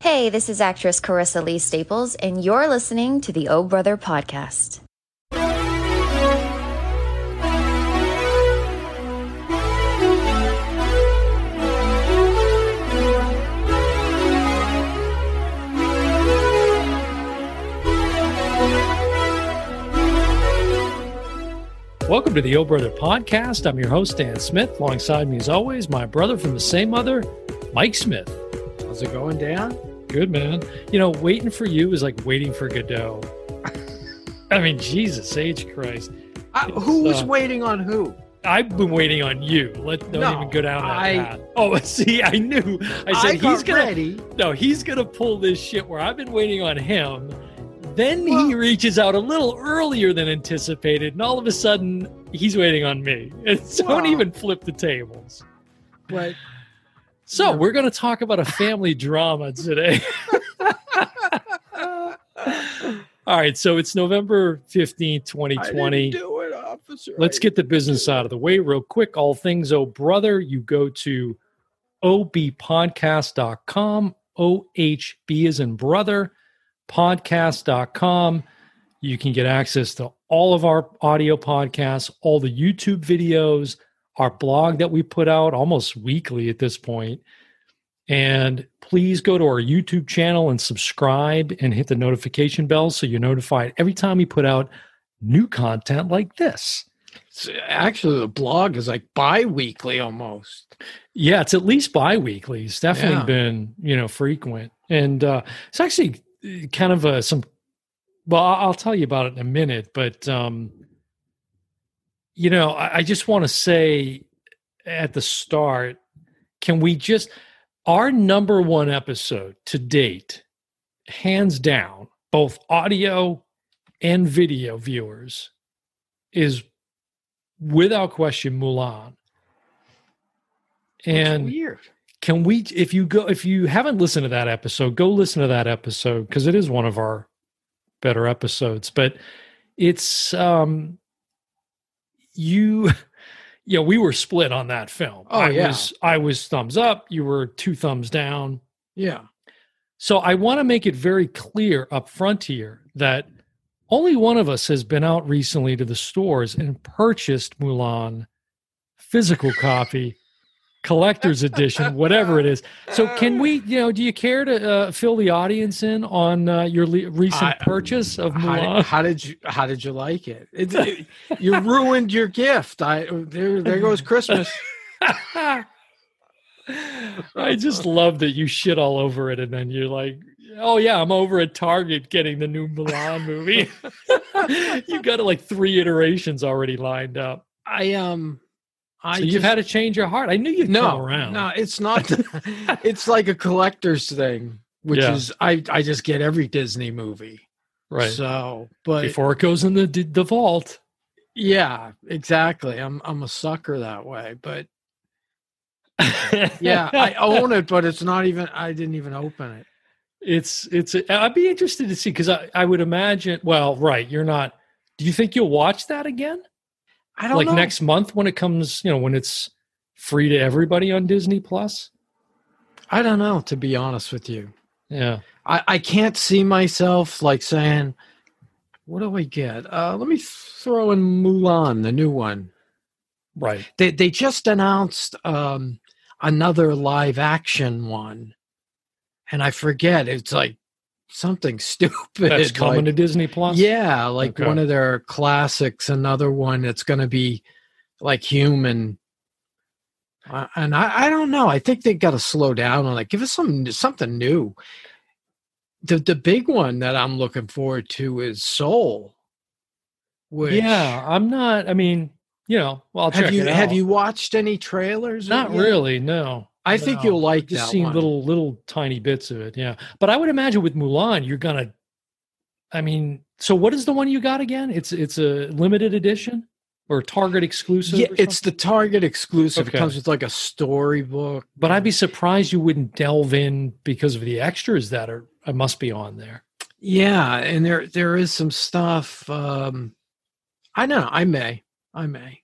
Hey, this is actress Carissa Lee Staples, and you're listening to the Oh Brother podcast. Welcome to the Old Brother Podcast. I'm your host, Dan Smith. Alongside me, as always, my brother from the same mother, Mike Smith. How's it going, Dan? Good, man. You know, waiting for you is like waiting for Godot. I mean, Jesus H. Christ. I, It's, who's uh, waiting on who? I've been waiting on you. Let don't No, even go down that I- path. Oh, see, I knew. I said got he's gonna ready. no, he's gonna pull this shit where I've been waiting on him. Then he Well- reaches out a little earlier than anticipated, and all of a sudden he's waiting on me. And so don't Well- even flip the tables. But So Yeah. we're going to talk about a family drama today. All right, so it's November 15th, I 2020. didn't do it, officer. Let's get the business out of the way real quick. All things Oh Brother, you go to obpodcast.com, OHB is in brother, podcast.com. You can get access to all of our audio podcasts, all the YouTube videos, our blog that we put out almost weekly at this point. And please go to our YouTube channel and subscribe and hit the notification bell so you're notified every time we put out new content like this. It's- Actually, the blog is like bi-weekly almost. Yeah, it's at least bi-weekly. It's definitely Yeah. been, you know, frequent. And uh it's actually uh, kind of a some well, I- I'll tell you about it in a minute, but um you know, I, I just want to say at the start, can we just our number one episode to date, hands down, both audio and video viewers, is without question Mulan. It's And weird. can we if you go if you haven't listened to that episode go listen to that episode because it is one of our better episodes but it's um you yeah we were split on that film Oh, i yeah. was i was thumbs up you were two thumbs down Yeah. so I want to make it very clear up front here that only one of us has been out recently to the stores and purchased Mulan physical copy, collector's edition, whatever it is. So can we, you know, do you care to uh, fill the audience in on uh, your le- recent I- purchase of How Mulan? did, how did you How did you like it? It, it- you ruined your gift. I there there goes Christmas. I just love that you shit all over it, and then you're like, "Oh yeah, I'm over at Target getting the new Milan movie." you got like three iterations already lined up. I um. I So you've just- had to change your heart. I knew you'd come no around. no it's not it's like a collector's thing which Yeah. is i i just get every disney movie right so but before it goes in the d- the vault. yeah exactly i'm i'm a sucker that way but yeah i own it but it's not even i didn't even open it it's it's. I'd be interested to see because I I would imagine. Well, right, you're not. Do you think you'll watch that again? i don't like know. next month when it comes, you know, when it's free to everybody on Disney Plus. i don't know to be honest with you Yeah. i i can't see myself like saying what do i get uh let me throw in mulan the new one Right. they they just announced um another live action one and i forget it's like something stupid That's coming to like- Disney Plus. yeah like Okay. one of their classics another one that's going to be like human I- and I, I don't know. I think they got to slow down on like give us some something new. The the big one that I'm looking forward to is Soul. Which, yeah. I'm not. I mean, you know. Well, I'll check have you it out. have you watched any trailers? Not yet? really. No. I think No. you'll like Just that seen one. little little tiny bits of it. Yeah. But I would imagine with Mulan, you're gonna. I mean, so what is the one you got again? It's it's a limited edition or Target exclusive. yeah, or it's something? the Target exclusive. Okay. It comes with like a storybook. But I'd be surprised you wouldn't delve in because of the extras that are uh, must be on there. Yeah, and there there is some stuff. Um I don't know. I may. I may.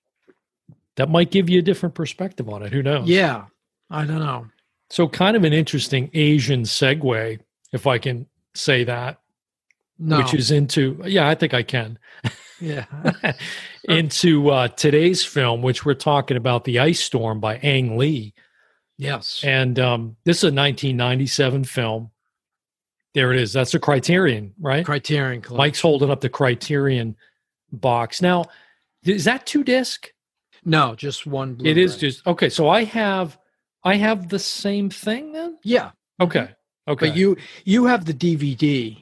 that might give you a different perspective Oh. on it. Who knows? Yeah. I don't know. So, kind of an interesting Asian segue if I can say that, No. which is into yeah, I think I can yeah. into uh, today's film, which we're talking about, The Ice Storm by Ang Lee. yes. And um, this is a 1997 film. There it is. That's a Criterion, right? Criterion Collection. Mike's holding up the Criterion box. Now, is that two disc? No, just one. It is Blu-ray. just okay. So I have, I have the same thing then. Yeah, Okay, okay. Mm-hmm. but you you have the DVD,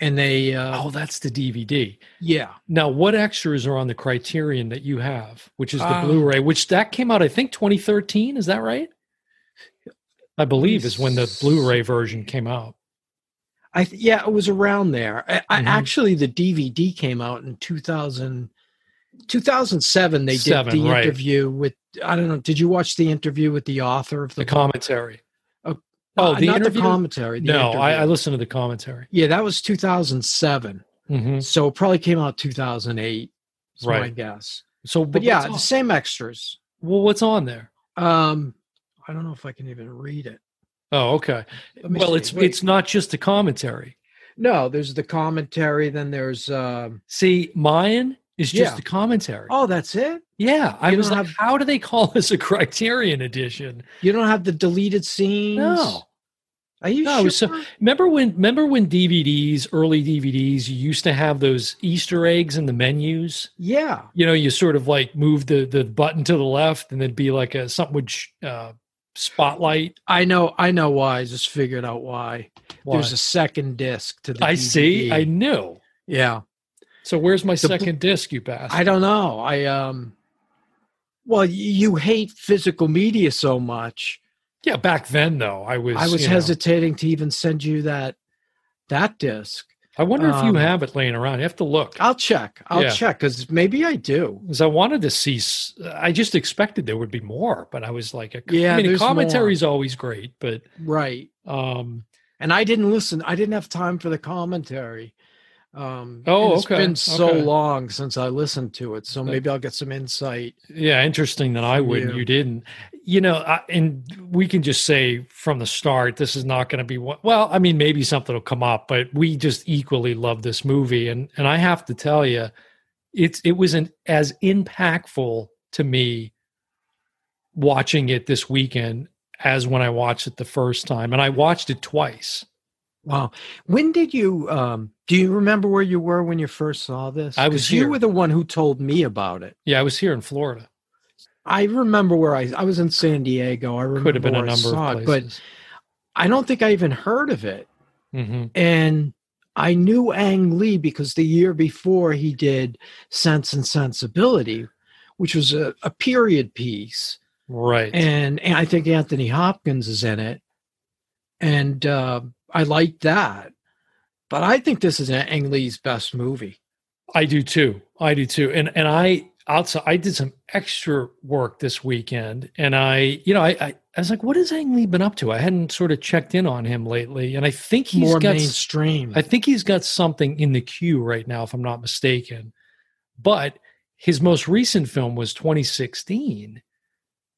and they uh, oh, that's the DVD. yeah Now, what extras are on the Criterion that you have, which is the Uh, Blu-ray, which that came out, I think, 2013. Is that right? I believe is when the Blu-ray version came out. I th- yeah it was around there. I, I, Mhm. actually, the DVD came out in 2000, 2007. They did Seven, the right. interview with I don't know. Did you watch the interview with the author of the, The commentary. Oh, oh, uh, the not interview. the commentary? The no, I, I interview. listened to the commentary. yeah that was two thousand seven. hmm So it probably came out two thousand eight. Right. My Right. guess. So, But yeah, what's the on- same extras. well, what's on there? Um, I don't know if I can even read it. Oh, okay. Let me Well, see. it's Wait. it's not just the commentary. No, there's the commentary. Then there's um, See, mine is just Yeah. the commentary. oh, that's it. yeah, I you was don't like, have- how do they call this a Criterion edition? You don't have the deleted scenes. No, are you No, sure? so- remember when remember when DVDs, early DVDs, you used to have those Easter eggs in the menus. yeah, You know, you sort of like move the the button to the left, and there'd be like a something would sh- uh, spotlight. I know. I know why. I just figured out why. Why? There's a second disc to the. I see. I DVD. knew. yeah. So where's my The bl- second disc? You bastard. I don't know. I um. Well, y- you hate physical media so much. Yeah, back then though, I was. I was you know, hesitating to even send you that that disc. I wonder if you um, have it laying around. You have to look. I'll check. I'll Yeah. check because maybe I do. Because I wanted to see, s- I just expected there would be more, but I was like, a, Yeah, I mean, a there's more. commentary is always great, but Right. um, and I didn't listen. I didn't have time for the commentary. Um, Oh, and it's okay, been so okay. long since I listened to it, so Okay. maybe I'll get some insight. yeah, interesting that I From would, and you. you didn't. You know, I, and we can just say from the start, this is not going to be one. Well, I mean, maybe something will come up, but we just equally love this movie, and and I have to tell you, it's it was an, as impactful to me watching it this weekend as when I watched it the first time, and I watched it twice. Wow, when did you? Um, do you remember where you were when you first saw this? I was 'Cause here. You were the one who told me about it. Yeah, I was here in Florida. I remember where I. I was in San Diego. I remember Could have been a where I number saw of it, but places. I don't think I even heard of it. Mhm. And I knew Ang Lee because the year before he did Sense and Sensibility, which was a, a period piece. Right. and, and I think Anthony Hopkins is in it, and uh, I like that. But I think this is Ang Lee's best movie. I do too. I do too. And and I outside I did some extra work this weekend and I you know I I, I was like what has Ang Lee been up to? I hadn't sort of checked in on him lately and I think he's More got mainstream. I think he's got something in the queue right now if I'm not mistaken. But his most recent film was 2016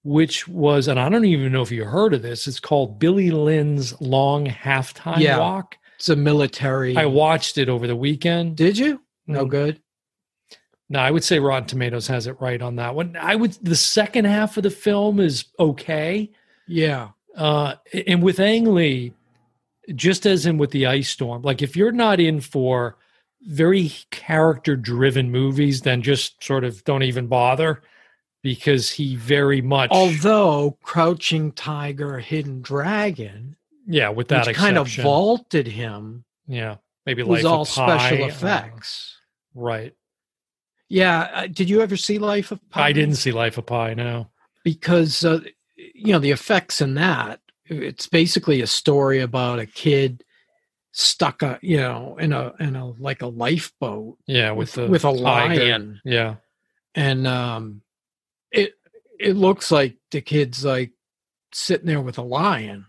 which was and I don't even know if you heard of this it's called Billy Lynn's Long Halftime Yeah. Walk. it's a military. I watched it over the weekend. Did you? No Mm. good. No, I would say Rotten Tomatoes has it right on that one. I would the second half of the film is okay. Yeah. Uh and with Ang Lee, just as in with the Ice Storm, like if you're not in for very character driven movies, then just sort of don't even bother because he very much Although Crouching Tiger, Hidden Dragon, yeah, with that which exception. kind of vaulted him, yeah, maybe was Life of all Pi, special uh, effects. right. yeah. uh, Did you ever see Life of Pi? I didn't see Life of Pi, no. because uh, you know the effects in that it's basically a story about a kid stuck a you know in a in a like a lifeboat Yeah, with with the with a tiger. lion Yeah. and um it it looks like the kid's like sitting there with a lion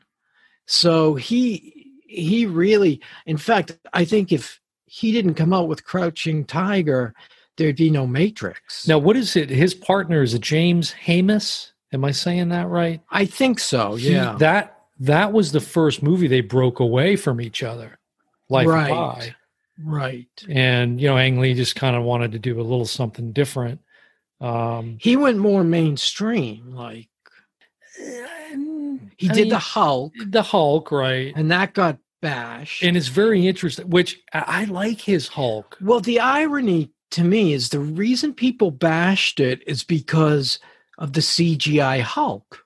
so he he really in fact i think if he didn't come out with crouching tiger there'd be no matrix Now, what is it? His partner is it James Hamus? Am I saying that right? i think so He- Oh, yeah that that was the first movie they broke away from each other. Life of Right. Pi. Right. And you know, Ang Lee just kind of wanted to do a little something different. Um He went more mainstream. Like he I did mean, the Hulk, the Hulk, right? and that got bashed. And it's very interesting, which I I like his Hulk. Well, the irony to me is the reason people bashed it is because of the CGI Hulk.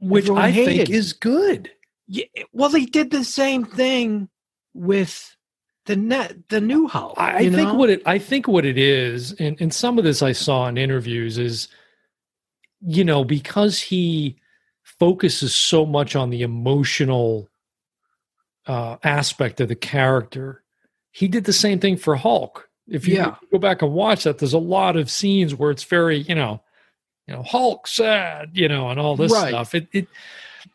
which Everyone I think hated. is good. Yeah, well, they did the same thing with the net, the new Hulk. I, I you think know? what it I think what it is, and, and some of this I saw in interviews is, you know, because he focuses so much on the emotional uh, aspect of the character, he did the same thing for Hulk. If you Yeah. go back and watch that, there's a lot of scenes where it's very, you know, you know, Hulk sad, you know, and all this Right. stuff. It, it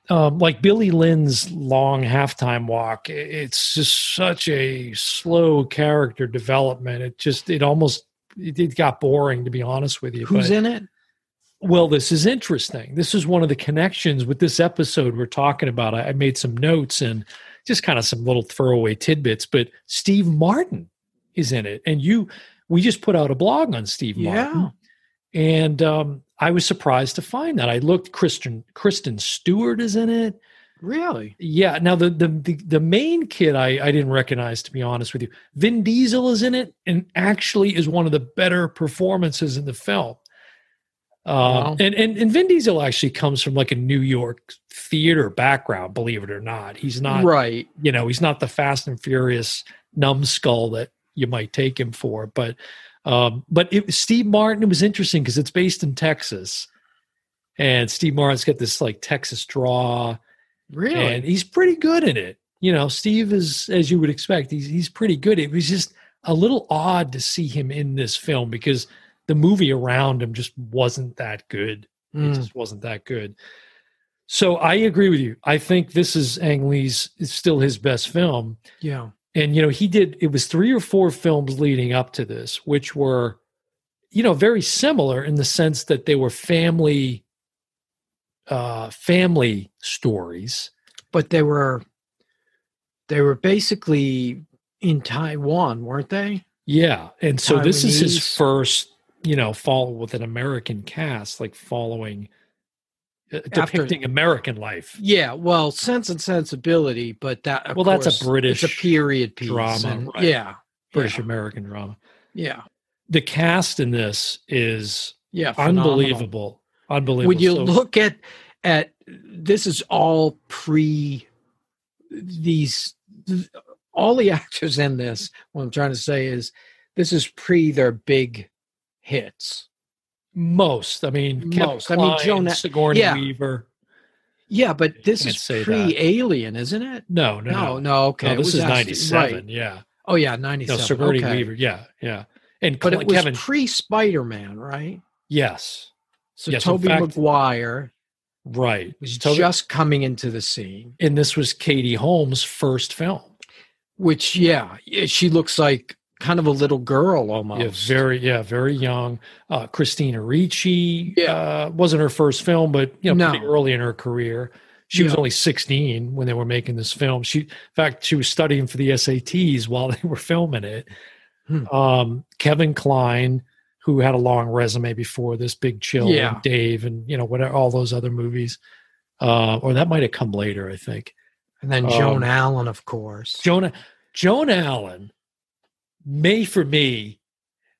um, like Billy Lynn's long halftime walk. i- It's just such a slow character development. It just it almost it, it got boring to be honest with you. who's but, in it? Well, this is interesting. This is one of the connections with this episode we're talking about. I, I made some notes and just kind of some little throwaway tidbits, but Steve Martin is in it, and you we just put out a blog on Steve Martin Yeah, and um, I was surprised to find that. I looked. Kristen Kristen Stewart is in it. really. Yeah. Now the the the, the main kid I, I didn't recognize to be honest with you. Vin Diesel is in it, and actually is one of the better performances in the film. Um, Wow. and, and and Vin Diesel actually comes from like a New York theater background, believe it or not. He's not right. you know he's not the fast and furious numbskull that you might take him for but um but it, steve martin was interesting because it's based in texas and steve martin's got this like texas draw Really? and he's pretty good in it you know steve is as you would expect he's, he's pretty good it was just a little odd to see him in this film because the movie around him just wasn't that good it Mm. just wasn't that good. So I agree with you. I think this is Ang Lee's is still his best film. yeah. And you know, he did it was three or four films leading up to this, which were, you know, very similar in the sense that they were family uh family stories. But they were they were basically in Taiwan, weren't they? Yeah. And so this is his Taiwanese. first, you know, follow with an American cast, like following uh, After- depicting American life. Yeah. Well, Sense and Sensibility, but that of Well, that's a course, British it's a period piece. drama, and- right. Yeah. British Yeah. American drama. Yeah. The cast in this is yeah phenomenal. unbelievable unbelievable when you So- look at at this is all pre these all the actors in this what i'm trying to say is this is pre their big hits most i mean Kevin Most. I mean, Kline, Jonah- sigourney yeah. weaver yeah but this Can't is say that. pre alien isn't it no no no no, no, no, okay it this was is actually- 97 right. yeah oh yeah no 97 sigourney okay. weaver yeah yeah and but Cl- it was kevin pre spider-man right yes so Yes, in toby fact- mcguire right was Toby- just coming into the scene and this was katie holmes first film which yeah yeah, she looks like kind of a little girl almost yeah very yeah very young uh christina ricci Yeah. uh, wasn't her first film but you know pretty No. early in her career she was Yeah. only 16 when they were making this film she in fact she was studying for the sats while they were filming it Hmm. um, kevin klein who had a long resume before this big chill Yeah. and dave and you know whatever all those other movies uh, or that might have come later i think And then Um, Joan Allen, of course. Jonah Joan Allen may for me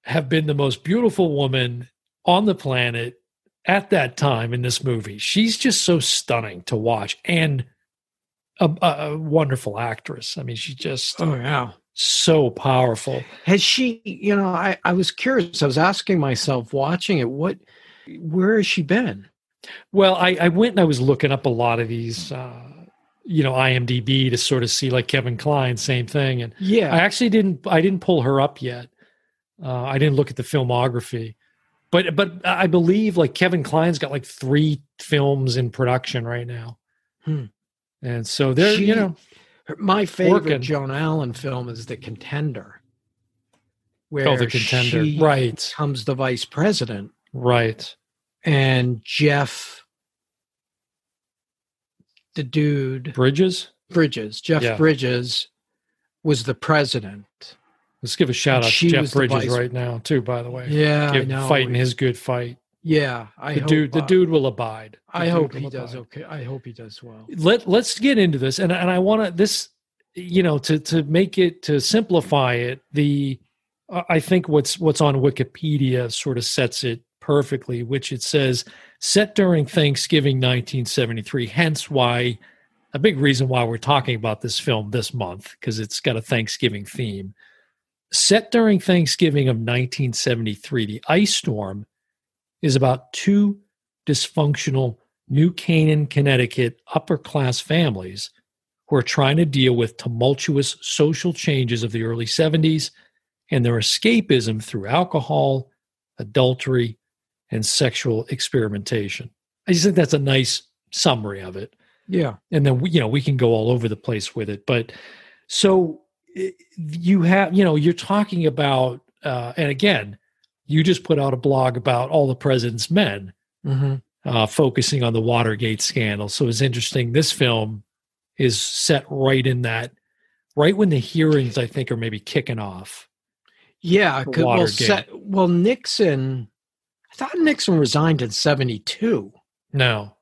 have been the most beautiful woman on the planet at that time in this movie. She's just so stunning to watch and a, a- a wonderful actress. I mean, she's just oh yeah. so powerful. Has she, you know, I, I was curious. I was asking myself watching it, what where has she been? Well, I, I went and I was looking up a lot of these, uh, you know, IMDb to sort of see like Kevin Klein, same thing. And I Yeah. actually didn't. I didn't pull her up yet. Uh, I didn't look at the filmography, but but I believe like Kevin Klein's got like three films in production right now, Hmm. and so there She- you know Her- My favorite working. Joan Allen film is The Contender. Where oh the contender she right becomes the vice president right and Jeff the dude Bridges. Bridges, Jeff Yeah. Bridges, was the president. Let's give a shout out She to Jeff was the Bridges vice- right now, too. By the way, Yeah, I Give- know. fighting his good fight. Yeah, I The hope, dude, the uh, dude will abide. The I dude hope will he does abide. okay. I hope he does well. let let's get into this and and I want to this you know to to make it to simplify it the I I think what's what's on Wikipedia sort of sets it perfectly which it says set during Thanksgiving 1973 hence why a big reason why we're talking about this film this month cuz it's got a Thanksgiving theme set during Thanksgiving of 1973 the ice storm is about two dysfunctional New Canaan, Connecticut upper class families who are trying to deal with tumultuous social changes of the early 70s and their escapism through alcohol, adultery, and sexual experimentation. I just think that's a nice summary of it Yeah, and then we, you know we can go all over the place with it but so i- you have you know you're talking about uh, and again you just put out a blog about all the president's men hmm uh, focusing on the Watergate scandal. So it's interesting. This film is set right in that, right when the hearings, I think, are maybe kicking off. yeah. For 'cause- Well, Watergate. set, well, Nixon. I thought Nixon resigned in '72. No,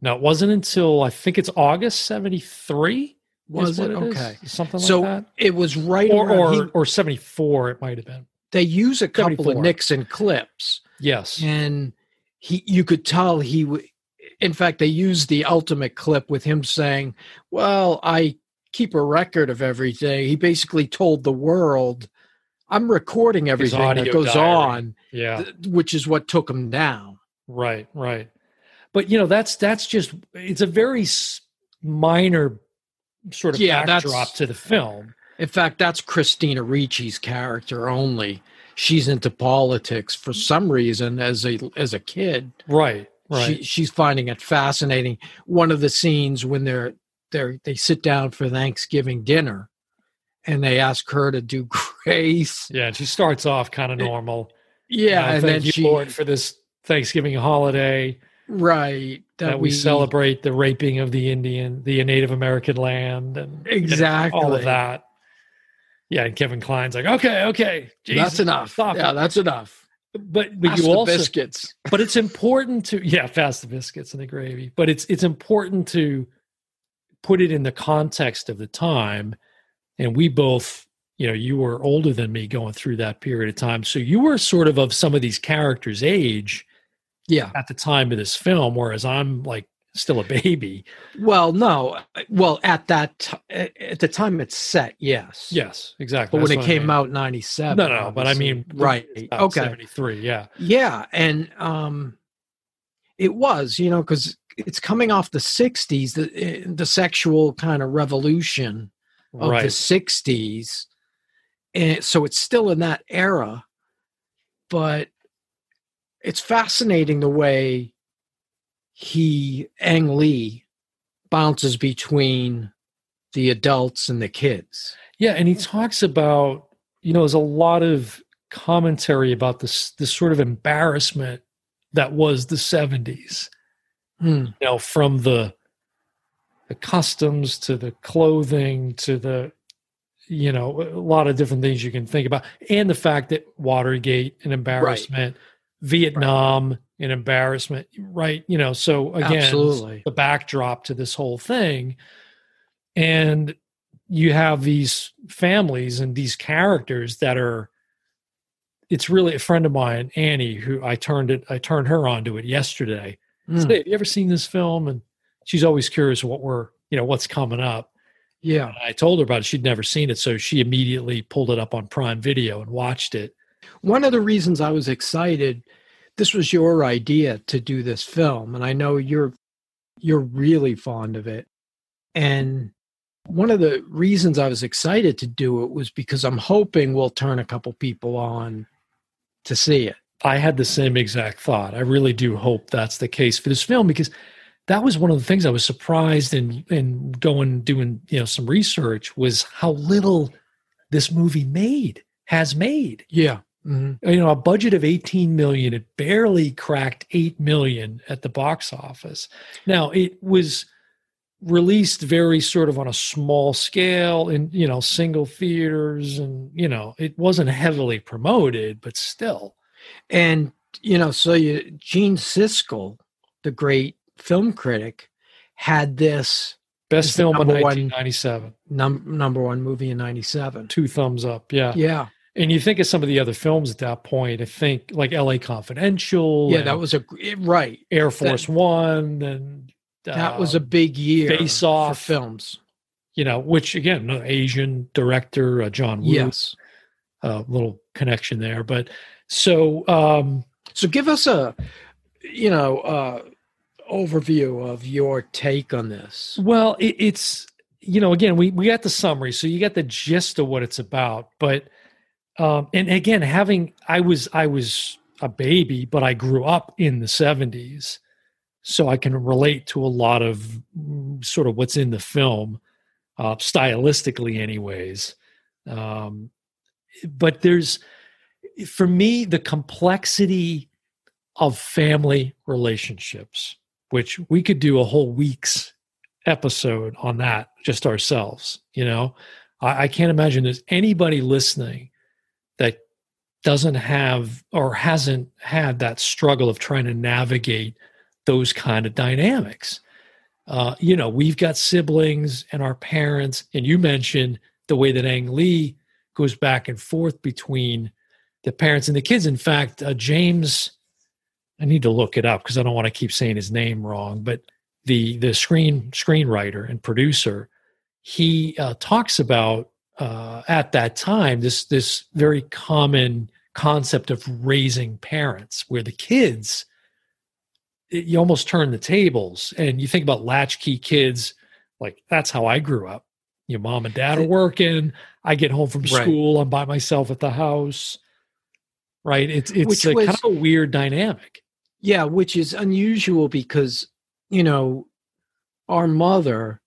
no, it wasn't until I think it's August '73. Was it okay? Something So, like It was right that, or around- or, he- or '74. It might have been. they use a couple of 74. Nixon clips, Yes. and he you could tell he. w- In fact, they used the ultimate clip with him saying, "Well, I keep a record of everything." He basically told the world, "I'm recording everything that audio goes diary. on," Yeah. th- which is what took him down. Right, right. But you know, that's that's just it's a very s- minor sort of Yeah, that's- backdrop to the film. In fact, that's Christina Ricci's character only. She's into politics for some reason as a as a kid. Right, right. She, she's finding it fascinating. One of the scenes when they're they they sit down for Thanksgiving dinner, and they ask her to do grace. Yeah, and she starts off kind of normal. Yeah, You know, and thank then you, she Lord, for this Thanksgiving holiday right that, we, celebrate the raping of the Indian, the Native American land, and you know, exactly all of that. Yeah, and Kevin Klein's like, okay, okay, That's Jesus, enough. stop yeah, it." that's enough. But but Pass you the also biscuits. but it's important to yeah fast the biscuits and the gravy but it's it's important to put it in the context of the time and we both you know you were older than me going through that period of time so you were sort of of some of these characters age Yeah. at the time of this film whereas i'm like still a baby Well, no. uh, Well, at that t- at the time it's set, yes. yes exactly But when That's it what I came mean. out in 97. no no, no but i obviously. mean right. about Okay. 73 yeah Yeah, and um it was, you know, cuz it's coming off the 60s, the eh, the sexual kind of revolution of right the 60s. And so it's still in that era, but it's fascinating the way he Ang Lee bounces between the adults and the kids. Yeah, and he talks about you know there's a lot of commentary about this this sort of embarrassment that was the 70s. Hmm. You know, from the the customs to the clothing to the you know a lot of different things you can think about, and the fact that Watergate an embarrassment, Vietnam an embarrassment, right? You know, so again, Absolutely. the backdrop to this whole thing. And you have these families and these characters that are it's really a friend of mine, Annie, who I turned it I turned her onto it yesterday. I said, Hmm. "Hey, have you ever seen this film? And she's always curious what we're you know, what's coming up. Yeah. And I told her about it. She'd never seen it, so she immediately pulled it up on Prime Video and watched it. One of the reasons I was excited, this was your idea to do this film, and I know you're you're really fond of it. And one of the reasons I was excited to do it was because I'm hoping we'll turn a couple people on to see it. I had the same exact thought. I really do hope that's the case for this film because that was one of the things I was surprised in in going doing you know some research was how little this movie made has made. Yeah. hmm You know, a budget of 18 million, it barely cracked 8 million at the box office. Now, it was released very sort of on a small scale in you know single theaters and you know it wasn't heavily promoted but still And you know, so you, Gene Siskel, the great film critic, had this best It's the film of number one- 1997 num- number one movie in '97. two thumbs up yeah. Yeah, and you think of some of the other films at that point i think like la confidential yeah, and that was a gr- it- right. air force one and uh, That was a big year Face for Off. films. you know which again another asian director uh, john Woo, Yes. uh, little connection there but so um So give us a, you know, uh, overview of your take on this. Well, it, it's you know again we we got the summary, so you got the gist of what it's about. But um, and again, having I was I was a baby, but I grew up in the seventies, so I can relate to a lot of mm, sort of what's in the film, uh, stylistically, anyways. Um, but there's for me the complexity of family relationships which we could do a whole week's episode on that just ourselves you know I, I can't imagine there's anybody listening that doesn't have or hasn't had that struggle of trying to navigate those kind of dynamics uh, you know we've got siblings and our parents and you mentioned the way that ang lee goes back and forth between the parents and the kids in fact uh, james i need to look it up because i don't want to keep saying his name wrong but the the screen screenwriter and producer he uh, talks about uh, at that time this this very common concept of raising parents where the kids it- you almost turn the tables and you think about latchkey kids like that's how i grew up your mom and dad are working i get home from Right. school i'm by myself at the house right it's it's Which a, was- kind of a weird dynamic Yeah, which is unusual because, you know, our mother,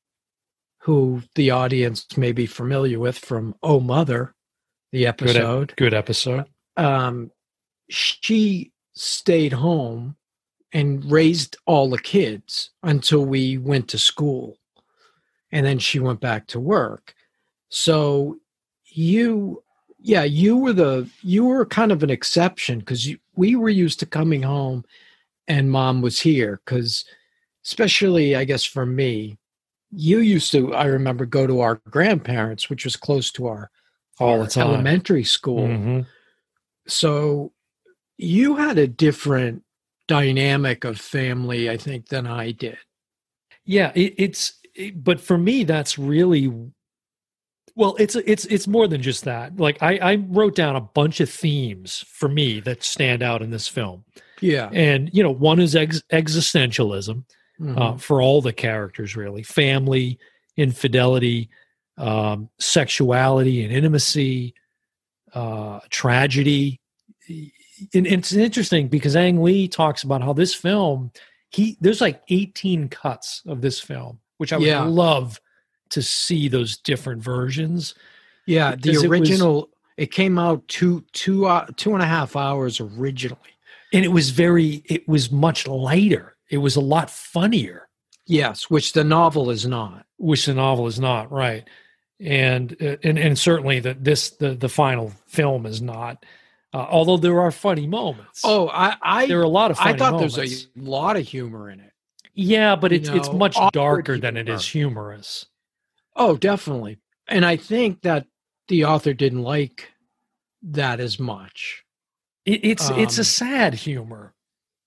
who the audience may be familiar with from Oh Mother, the ep- episode, good episode um, she stayed home and raised all the kids until we went to school. And then she went back to work. So you, yeah, you were the, you were kind of an exception because we were used to coming home and mom was here because, especially, I guess, for me, you used to, I remember, go to our grandparents, which was close to our, All the our time. elementary school Mhm. so you had a different dynamic of family i think than i did yeah it, it's it- but for me that's really well it's it's it's more than just that like i i wrote down a bunch of themes for me that stand out in this film yeah and you know one is ex- existentialism Mhm. uh, for all the characters really family infidelity um, sexuality and intimacy uh, tragedy and it's interesting because ang lee talks about how this film he there's like 18 cuts of this film which i would Yeah. love to see those different versions yeah the because it was- original it, came out two two uh, two and a half hours originally and it was very it was much lighter it was a lot funnier yes which the novel is not which the novel is not right and uh, and and certainly that this the the final film is not uh, although there are funny moments oh i there are i, a lot of funny I thought moments. there's a lot of humor in it yeah but you it's it's know, much awkward darker than it is humorous oh definitely and i think that the author didn't like that as much it, it's it's Um, a sad humor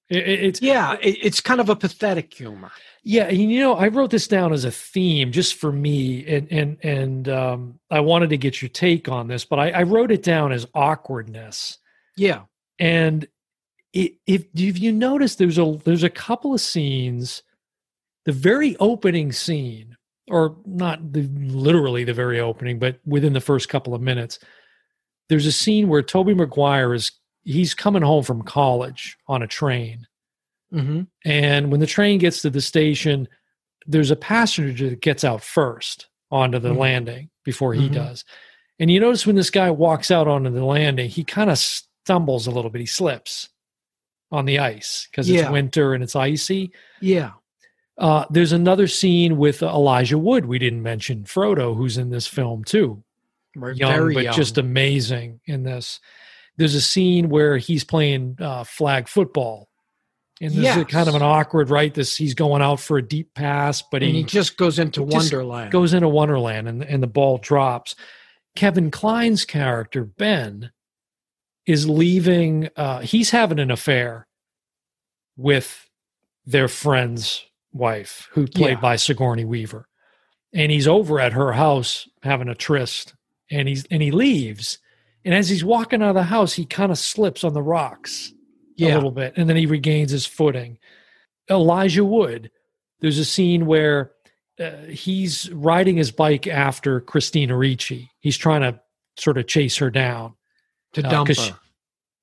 It- it- it's yeah it, it's kind of a pathetic humor Yeah, and you know, I wrote this down as a theme just for me, and and and um, I wanted to get your take on this, but I, I wrote it down as awkwardness. yeah and i- if if you notice there's a there's a couple of scenes the very opening scene or not the, literally the very opening but within the first couple of minutes there's a scene where toby maguire is he's coming home from college on a train hmm and when the train gets to the station there's a passenger that gets out first onto the Mhm. landing before he Mhm. does and you notice when this guy walks out onto the landing he kind of stumbles a little bit he slips on the ice because Yeah. it's winter and it's icy yeah Uh, there's another scene with Elijah Wood we didn't mention, Frodo, who's in this film too. We're Young, very but young. just amazing in this. There's a scene where he's playing uh, flag football. And this is Yes. kind of an awkward, right? This he's going out for a deep pass, but and he just goes into Just Wonderland. goes into Wonderland and, and the ball drops. Kevin Klein's character, Ben, is leaving. Uh, he's having an affair with their friend's wife, who played Yeah. by Sigourney Weaver. And he's over at her house having a tryst, and he's and he leaves. And as he's walking out of the house, he kind of slips on the rocks a yeah, little bit, and then he regains his footing. Elijah Wood, there's a scene where uh, he's riding his bike after Christina Ricci. He's trying to sort of chase her down. to uh, dump 'cause her.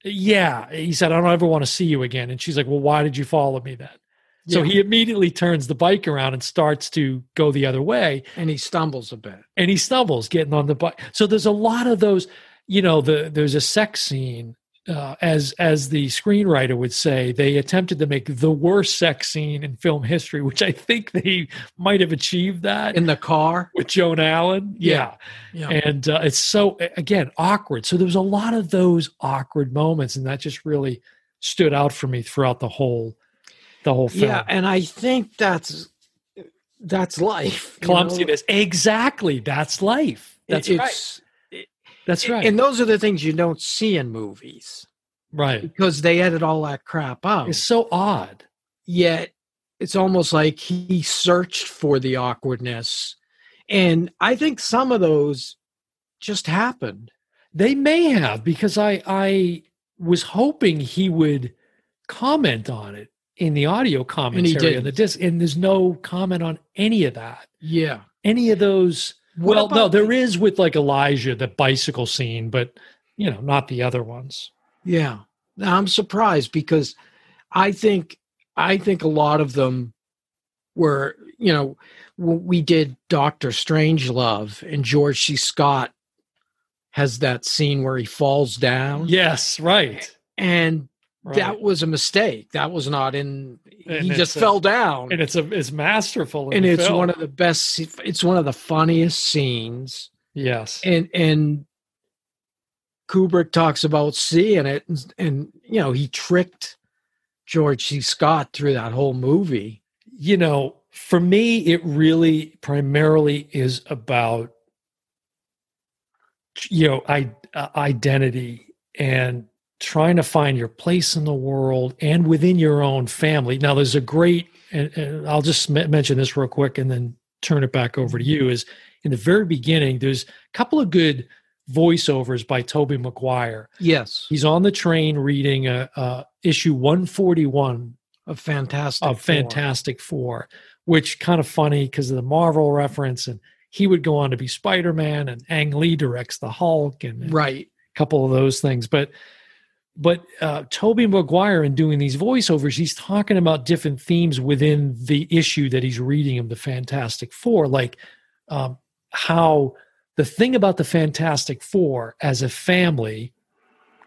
she- Yeah, he said, "I don't ever want to see you again." And she's like, "Well, why did you follow me then?" So Yeah. he immediately turns the bike around and starts to go the other way, and he stumbles a bit. and he stumbles getting on the bike. So there's a lot of those, you know, the there's a sex scene. Uh, as as the screenwriter would say, they attempted to make the worst sex scene in film history, which I think they might have achieved that in the car. with Joan Allen. Yeah. Yeah, Yeah. and uh, it's so a- again awkward. So there was a lot of those awkward moments, and that just really stood out for me throughout the whole the whole film. yeah, and I think that's that's life. you know? Clumsiness, exactly. That's life. That's It- right. it's- That's right. And those are the things you don't see in movies right. because they edit all that crap out. It's so odd. Yet it's almost like he searched for the awkwardness. And I think some of those just happened. They may have because I I was hoping he would comment on it in the audio commentary on didn't. the disc, and there's no comment on any of that. Yeah. Any of those? What well, no, about- there is with like Elijah the bicycle scene, but you know, not the other ones. Yeah. Now, I'm surprised because I think I think a lot of them were, you know, w- we did Doctor Strangelove and George C. Scott has that scene where he falls down. Yes, right. And right. Mm-hmm. that was a mistake. That was not in And he it's just a- fell down. and it's a it's masterful, in and the it's film. one of the best it's one of the funniest scenes yes, and and kubrick talks about seeing it and, and you know he tricked george c scott through that whole movie you know, for me, it really primarily is about you know, I, uh, identity and trying to find your place in the world and within your own family. Now, there's a great, and, and I'll just me- mention this real quick and then turn it back over to you. Is in the very beginning, there's a couple of good voiceovers by Toby McGuire. yes He's on the train reading uh, uh, issue 141 a fantastic of Four. Fantastic Four, which kind of funny because of the Marvel reference. And he would go on to be Spider Man, and Ang Lee directs the Hulk, and a right couple of those things. But but uh, Toby Maguire, in doing these voiceovers, he's talking about different themes within the issue that he's reading of the Fantastic Four, like um, how the thing about the Fantastic Four as a family,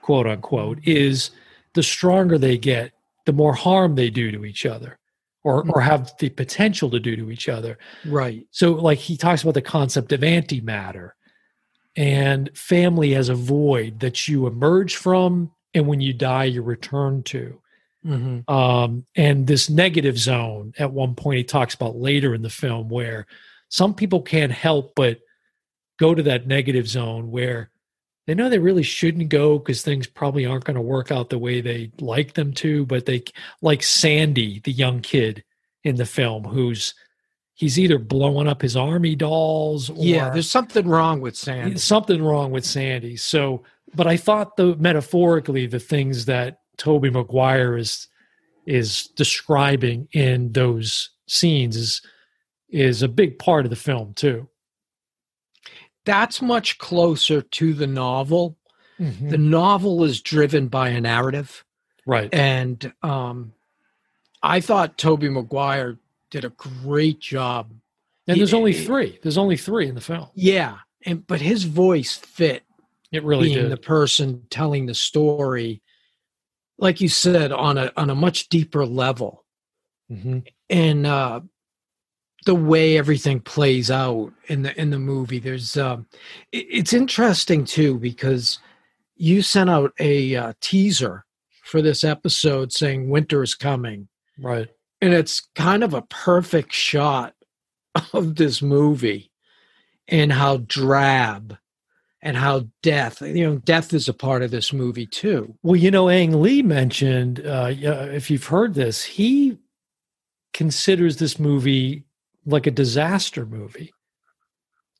quote unquote, is the stronger they get, the more harm they do to each other, or or have the potential to do to each other. right So, like, he talks about the concept of antimatter and family as a void that you emerge from, and when you die, you return to. Mhm. Um, and this negative zone, at one point, he talks about later in the film, where some people can't help but go to that negative zone where they know they really shouldn't go because things probably aren't going to work out the way they like them to. But they, like Sandy, the young kid in the film, who's he's either blowing up his army dolls or yeah there's something wrong with yeah, sand something wrong with Sandy. So, but I thought the metaphorically the things that Toby Maguire is is describing in those scenes is is a big part of the film too. that's much closer to the novel the novel is driven by a narrative Right. and um, I thought Toby Maguire did a great job. And there's only he- three. There's only three in the film. Yeah, and but his voice fit It really being did. the person telling the story, like you said, on a on a much deeper level. Mhm. And uh, the way everything plays out in the in the movie. There's um, it- it's interesting too because you sent out a uh, teaser for this episode saying winter is coming, Right. and it's kind of a perfect shot of this movie and how drab and how death you know death is a part of this movie too Well, you know, Ang Lee mentioned, uh, yeah, if you've heard this, he considers this movie like a disaster movie.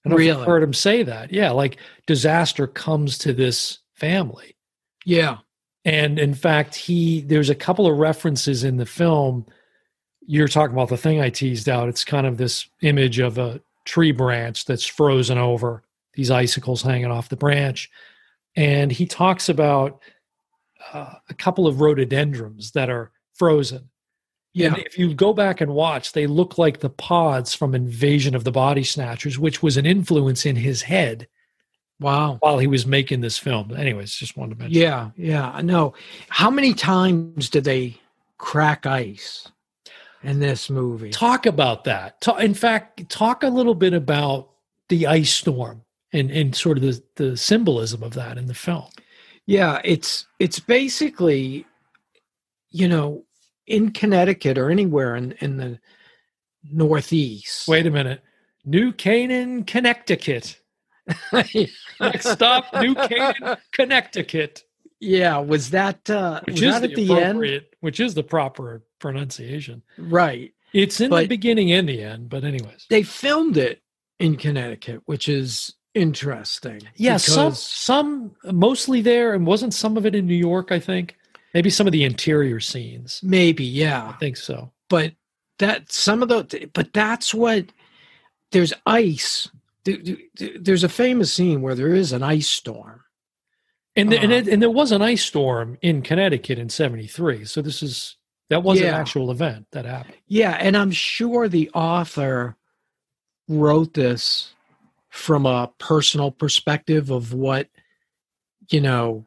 I don't know if you've Really? heard him say that. Yeah, like disaster comes to this family. yeah And in fact, he there's a couple of references in the film. You're talking about the thing I teased out. It's kind of this image of a tree branch that's frozen over, these icicles hanging off the branch. And he talks about uh, a couple of rhododendrons that are frozen. yeah And if you go back and watch, they look like the pods from Invasion of the Body Snatchers, which was an influence in his head wow while he was making this film. Anyways, just wanted to mention. Yeah, yeah, I know. How many times did they crack ice in this movie? talk about that. Ta in fact, talk a little bit about the ice storm and, and sort of the, the symbolism of that in the film. Yeah, it's it's basically, you know, in Connecticut or anywhere in in the Northeast. Wait a minute. New Canaan, Connecticut. Next stop, New Canaan, Connecticut, yeah, was that uh, which was is that the, at the end? appropriate, which is the proper pronunciation. Right. It's in the But- beginning and the end, but anyways. They filmed it in Connecticut, which is interesting. Yeah, some because- some mostly there, and wasn't some of it in New York? I think maybe some of the interior scenes. maybe I yeah. think so. but that some of the but that's what there's ice Th- th- th- there's a famous scene where there is an ice storm And the- and, Uh-huh. it, and there was an ice storm in Connecticut in '73, so this is that was an Yeah. actual event that happened. yeah and i'm sure the author wrote this from a personal perspective of what you know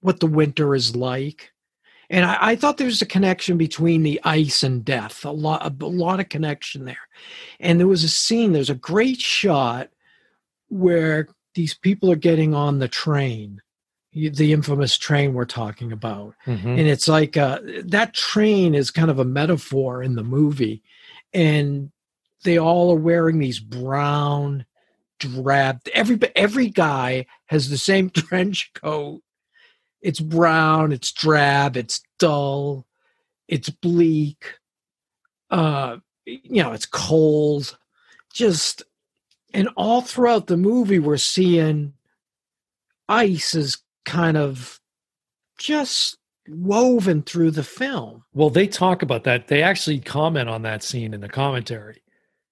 what the winter is like and I, I thought there was a connection between the ice and death a lot a lot of connection there and there was a scene there's a great shot where these people are getting on the train you- the infamous train we're talking about Mm-hmm. and it's like uh, that train is kind of a metaphor in the movie and they all are wearing these brown drab every every guy has the same trench coat it's brown it's drab it's dull it's bleak uh you know it's cold just and all throughout the movie we're seeing ice is kind of just woven through the film. Well, they talk about that. They actually comment on that scene in the commentary.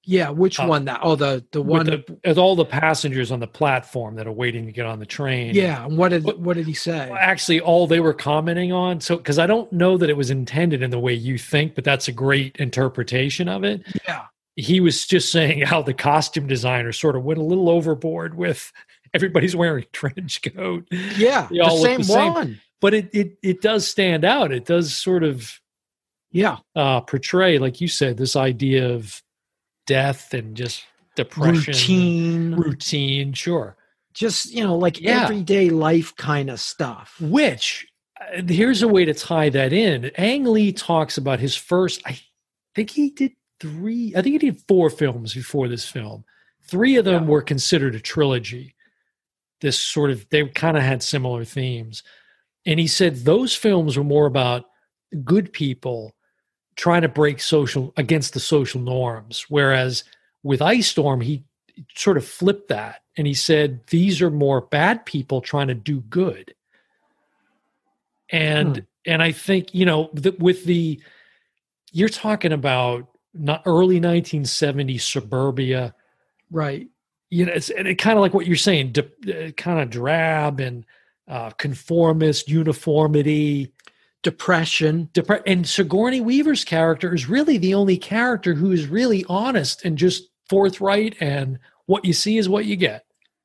Yeah, which Uh, one? That oh, the the With one. the, with all the passengers on the platform that are waiting to get on the train. yeah, and what did What- what did he say? Well, actually all they were commenting on so because i don't know that it was intended in the way you think but that's a great interpretation of it Yeah. he was just saying how the costume designer sort of went a little overboard with everybody's wearing trench coat yeah, They all the look same the same. one. but it it, it does stand out it does sort of Yeah, uh portray like you said this idea of death and just depression routine. routine sure just you know, like Yeah. Mm-hmm. everyday life kind of stuff. Which uh, here's a way to tie that in. Ang Lee talks about his first. I think he did three. I think he did four films before this film. Three of them Yeah. were considered a trilogy. This sort of they kind of had similar themes, and he said those films were more about good people trying to break social against the social norms. Whereas with Ice Storm, he sort of flipped that and he said these are more bad people trying to do good. And Hmm. and I think you know the, with the you're talking about not early 1970s suburbia. Right. You know, it's and it kind of like what you're saying, kind of drab and uh, conformist uniformity Depression. depre- and Sigourney Weaver's character is really the only character who is really honest and just forthright and what you see is what you get.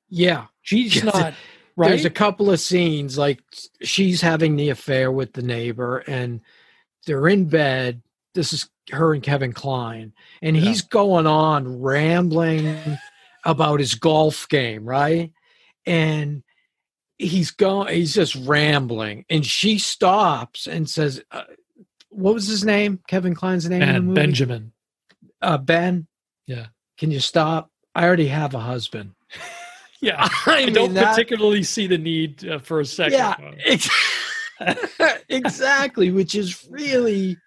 Yeah. She's Yes. not right. There's a couple of scenes like she's having the affair with the neighbor and they're in bed. This is her and Kevin Klein, and he's going on rambling about his golf game, right? And he's going, he's just rambling, and she stops and says, uh, "What was his name? Kevin Klein's name in the and movie? Benjamin. Uh, ben. Yeah. Can you stop? I already have a husband. Yeah. I, I mean, don't that- particularly see the need uh, for a second. Yeah. one. Ex- exactly, which is really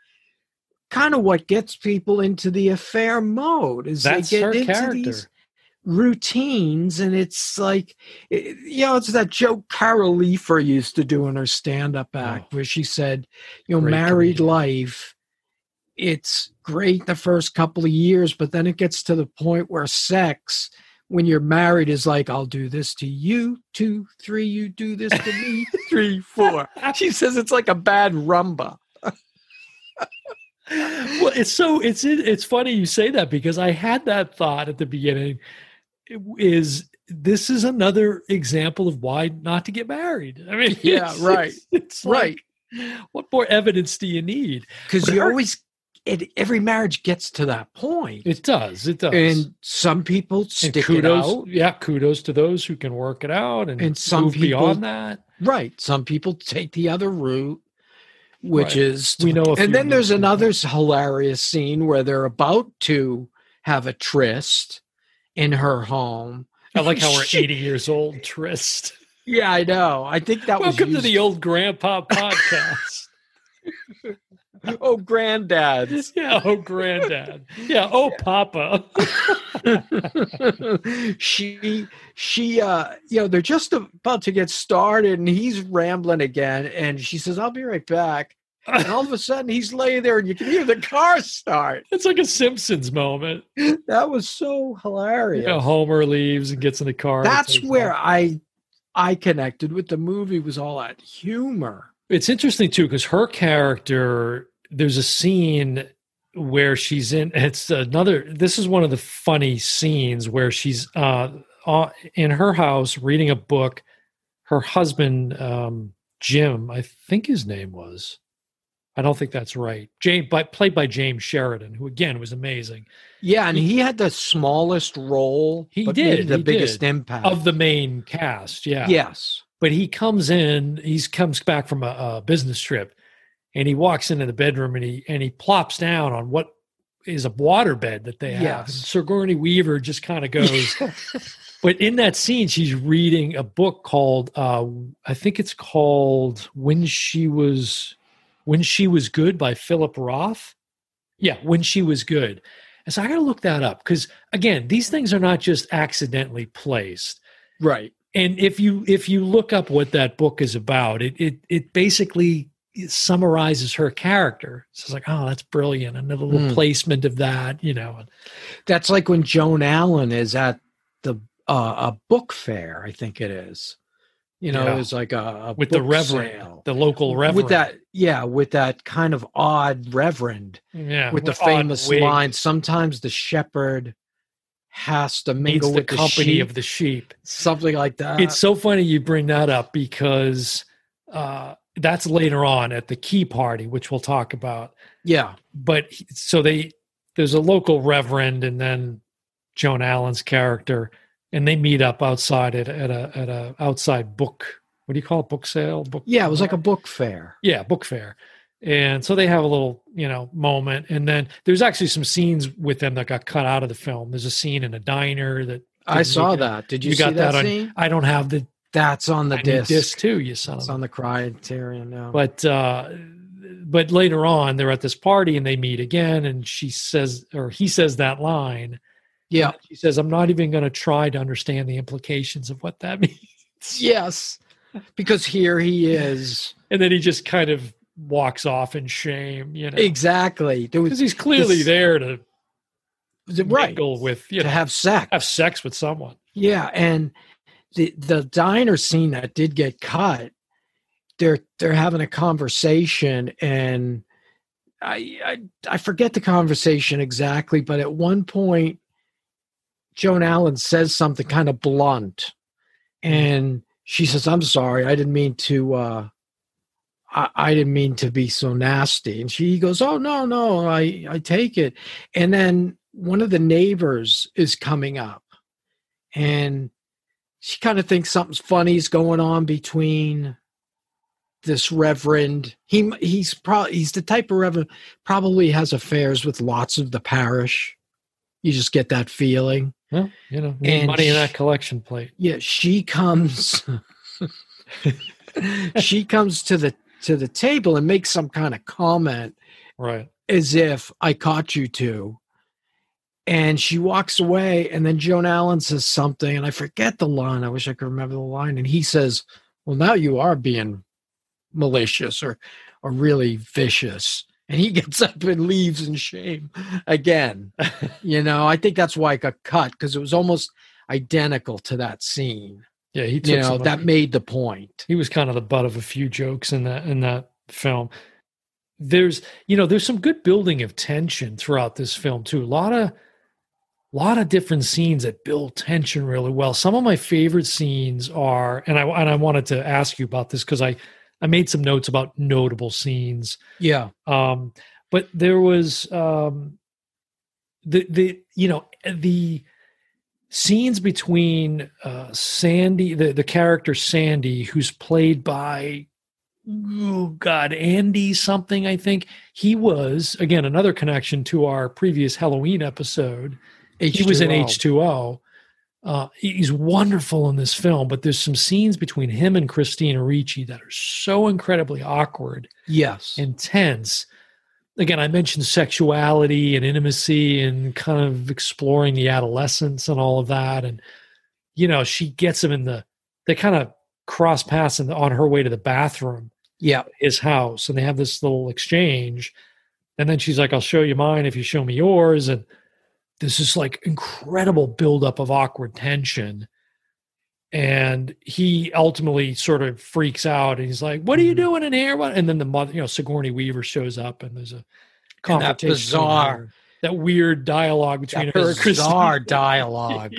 kind of what gets people into the affair mode is That's they get her into character. these routines and it's like it- you know it's that joke carol leifer used to do in her stand-up act where she said you know Oh. Great married comedian. life it's great the first couple of years but then it gets to the point where sex when you're married is like i'll do this to you two three you do this to me three four she says it's like a bad rumba well, it's so it's it- it's funny you say that because I had that thought at the beginning. Is this is another example of why not to get married? I mean, Yeah, it's- right. It's, it's Right. like, what more evidence do you need? because But you her- always it, every marriage gets to that point It does. It does. and some people And stick kudos, it out. yeah, kudos to those who can work it out and, And some move people- beyond that. Right. Some people take the other route, which Right. is We know. A few and then there's people. another s- hilarious scene where they're about to have a tryst in her home. I like how we're Shit. 80 years old, Trist. Yeah, I know. I think that was Welcome to used- the old grandpa podcast. oh granddads. yeah, oh granddad. Yeah, oh papa. she she uh you know they're just about to get started and he's rambling again and she says i'll be right back and all of a sudden he's laying there and you can hear the car start It's like a Simpsons moment. that was so You hilarious know, Homer leaves and gets in the car. and that's takes where off. i i connected with the movie was all that humor it's interesting too, because her character, there's a scene where she's in. It's another. This is one of the funny scenes where she's uh, uh, in her house reading a book. Her husband, um, Jim, I think his name was. I don't think that's right. James, by, played by James Sheridan, who again was amazing yeah and he had the smallest role He but did, maybe the he biggest did. impact of the main cast. Yeah, yes but he comes in he's comes back from a, a business trip and he walks into the bedroom and he and he plops down on what is a waterbed that they have Yes. and sigourney weaver just kind of goes but in that scene she's reading a book called uh i think it's called when she was when she was good by philip roth yeah when she was good and so i gotta look that up because again these things are not just accidentally placed right and if you if you look up what that book is about it it it basically summarizes her character so it's like oh that's brilliant another little Hmm. placement of that you know That's like when Joan Allen is at the uh, a book fair, I think it is. You know, Yeah. it's like a, a with the book reverend sale. the local reverend with that yeah, with that kind of odd reverend yeah with the odd famous wig, line. Sometimes the shepherd has to needs mingle the with the company sheep, Uh, of the sheep something like that. it's so funny you bring that up because uh that's later on at the key party which we'll talk about yeah, but he- so they there's a local reverend and then Joan Allen's character, and they meet up outside at, at a at a outside book. What do you call it? Book sale? Book yeah, it was like a book fair. yeah book fair, and so they have a little you know moment, and then there's actually some scenes with them that got cut out of the film. There's a scene in a diner that I Didn't saw look at- that. Did you, you see got that that, on- scene? I don't have the, That's on the I need disc. disc too. You son It's of a on the Criterion now. but uh but later on they're at this party and they meet again and she says or he says that line yeah. She says, I'm not even going to try to understand the implications of what that means. Yes. Because here he is. And then he just kind of walks off in shame, you know, Exactly. There was because he's clearly This- there to right mingle with, you to know, have sex. have sex with someone. Yeah, and the the diner scene that did get cut. They're they're having a conversation, and I I, I forget the conversation exactly, but at one point, Joan Allen says something kind of blunt, and she says, "I'm sorry, I didn't mean to." uh I, I didn't mean to be so nasty. And she goes, Oh, no, no, I, I take it. And then one of the neighbors is coming up and she kind of thinks something's funny's going on between this reverend he he's probably he's the type of reverend probably has affairs with lots of the parish you just get that feeling Well, you know, need And money in that sh- collection plate. yeah she comes she comes to the to the table and makes some kind of comment Right. as if I caught you two. And she walks away, and then Joan Allen says something, and I forget the line. I wish I could remember the line. And he says, Well, now you are being malicious or, or really vicious. And he gets up and leaves in shame again. you know, I think that's why I got cut because it was almost identical to that scene. Yeah, he took You know, some- that made the point. he was kind of the butt of a few jokes in that in that film there's you know there's some good building of tension throughout this film too a lot of lot of different scenes that build tension really well some of my favorite scenes are and i and i wanted to ask you about this because i i made some notes about notable scenes Yeah. um but there was um the the you know the scenes between uh sandy the the character sandy who's played by oh god andy something i think he was again another connection to our previous halloween episode he was in H2O. H2O. Uh, he- he's wonderful in this film, but there's some scenes between him and Christina Ricci that are so incredibly awkward Yes. intense. Again, I mentioned sexuality and intimacy and kind of exploring the adolescence and all of that. And, you know, she gets him in the, they kind of cross paths in the, on her way to the bathroom, yeah. at his house, and they have this little exchange. And then she's like, I'll show you mine if you show me yours. And this is like incredible buildup of awkward tension. And he ultimately sort of freaks out and he's like, What are you Mhm. doing in here? What? And then the mother, you know, Sigourney Weaver shows up and there's a confrontation. between bizarre- her- that weird dialogue between That her and bizarre Christine. dialogue.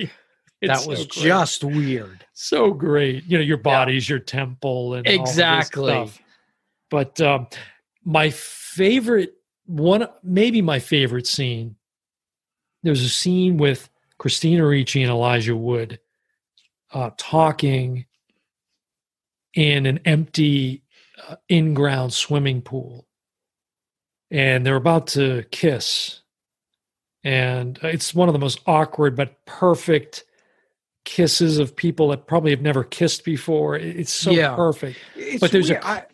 It's that was so great. just weird. so great. You know, your body's your temple and all of this Exactly. stuff. But um, my favorite one, maybe my favorite scene. There's a scene with Christina Ricci and Elijah Wood uh, talking in an empty uh, in-ground swimming pool, and they're about to kiss. And it's one of the most awkward but perfect kisses of people that probably have never kissed before. It- It's so Yeah. perfect. It's But there's a- weird. I,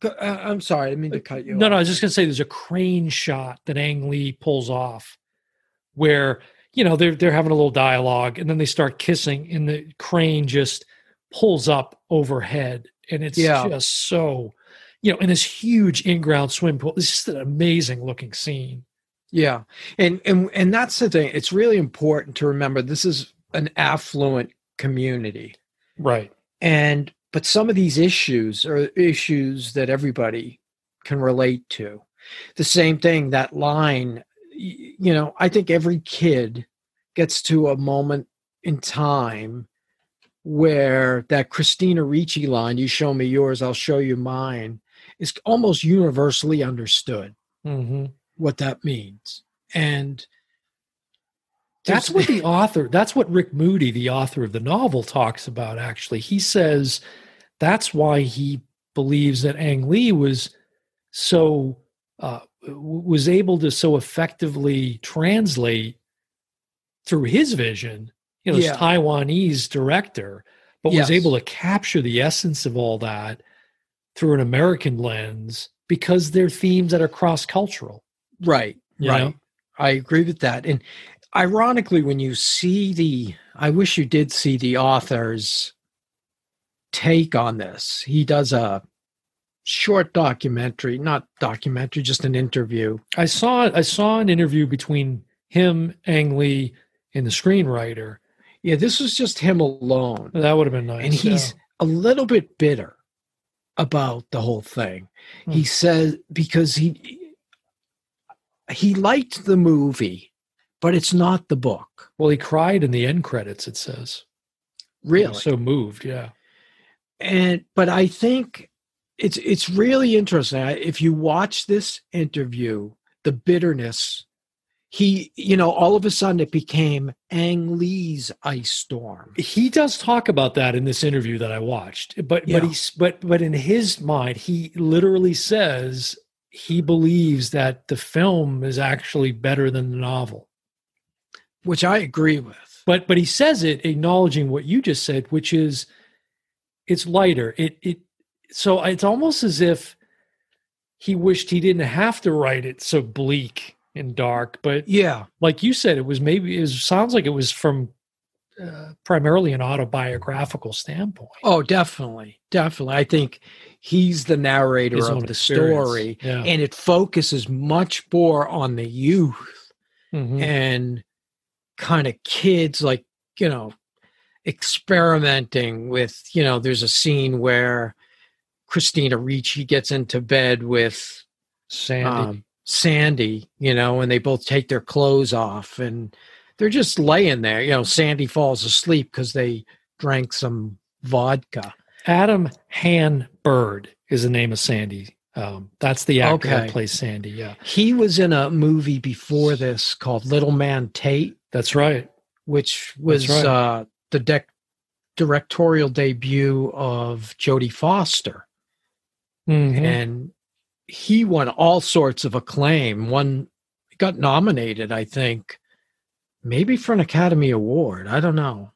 Go- uh, I'm sorry, I didn't mean to cut you. No, off. no, I was just gonna say there's a crane shot that Ang Lee pulls off where you know they're they're having a little dialogue and then they start kissing and the crane just pulls up overhead and it's Yeah. just so you know in this huge in-ground swim pool. It's just an amazing looking scene. Yeah, and and and that's the thing. It's really important to remember this is an affluent community, Right. and but some of these issues are issues that everybody can relate to. The same thing. That line, y- you know, I think every kid gets to a moment in time where that Christina Ricci line, "You show me yours, I'll show you mine," is almost universally understood. hmm what that means. And That's there's- what the author, that's what Rick Moody, the author of the novel, talks about, actually. He says that's why he believes that Ang Lee was so, uh, w- was able to so effectively translate through his vision, you know, Yeah. this Taiwanese director, but Yes. was able to capture the essence of all that through an American lens because they're themes that are cross cultural. right, You right. know? I agree with that. And ironically, when you see the, I wish you did see the author's take on this. He does a short documentary, not documentary, just an interview. I saw I saw an interview between him, Ang Lee, and the screenwriter. Yeah, this was just him alone. That would have been nice. and he's a little bit bitter about the whole thing. He Hmm. says because he he liked the movie, but it's not the book. well, he cried in the end credits. It says He was Really. so moved. Yeah, and but I think it's it's really interesting. I- If you watch this interview, the bitterness, he you know, all of a sudden it became Ang Lee's ice storm. he does talk about that in this interview that I watched, but Yeah. but he's but but in his mind, he literally says he believes that the film is actually better than the novel. which I agree with. But but he says it acknowledging what you just said, which is it's lighter. It it so it's almost as if he wished he didn't have to write it so bleak and dark, but Yeah, like you said, it was maybe it was, sounds like it was from uh, primarily an autobiographical standpoint. Oh, definitely, definitely. I think he's the narrator His of own the experience. story, Yeah. and it focuses much more on the youth Mhm. and kind of kids, like you know, experimenting with. You know, there's a scene where Christina Ricci gets into bed with Sandy. um, Sandy, you know, and they both take their clothes off and they're just laying there. You know, Sandy falls asleep because they drank some vodka. Adam Hanbird is the name of Sandy. Um, that's the actor that Okay. plays Sandy. Yeah. He was in a movie before this called Little Man Tate, That's right. which was right. uh, the dec- directorial debut of Jodie Foster. Mhm. And he won all sorts of acclaim. One got nominated, I think, maybe for an Academy Award. I don't know.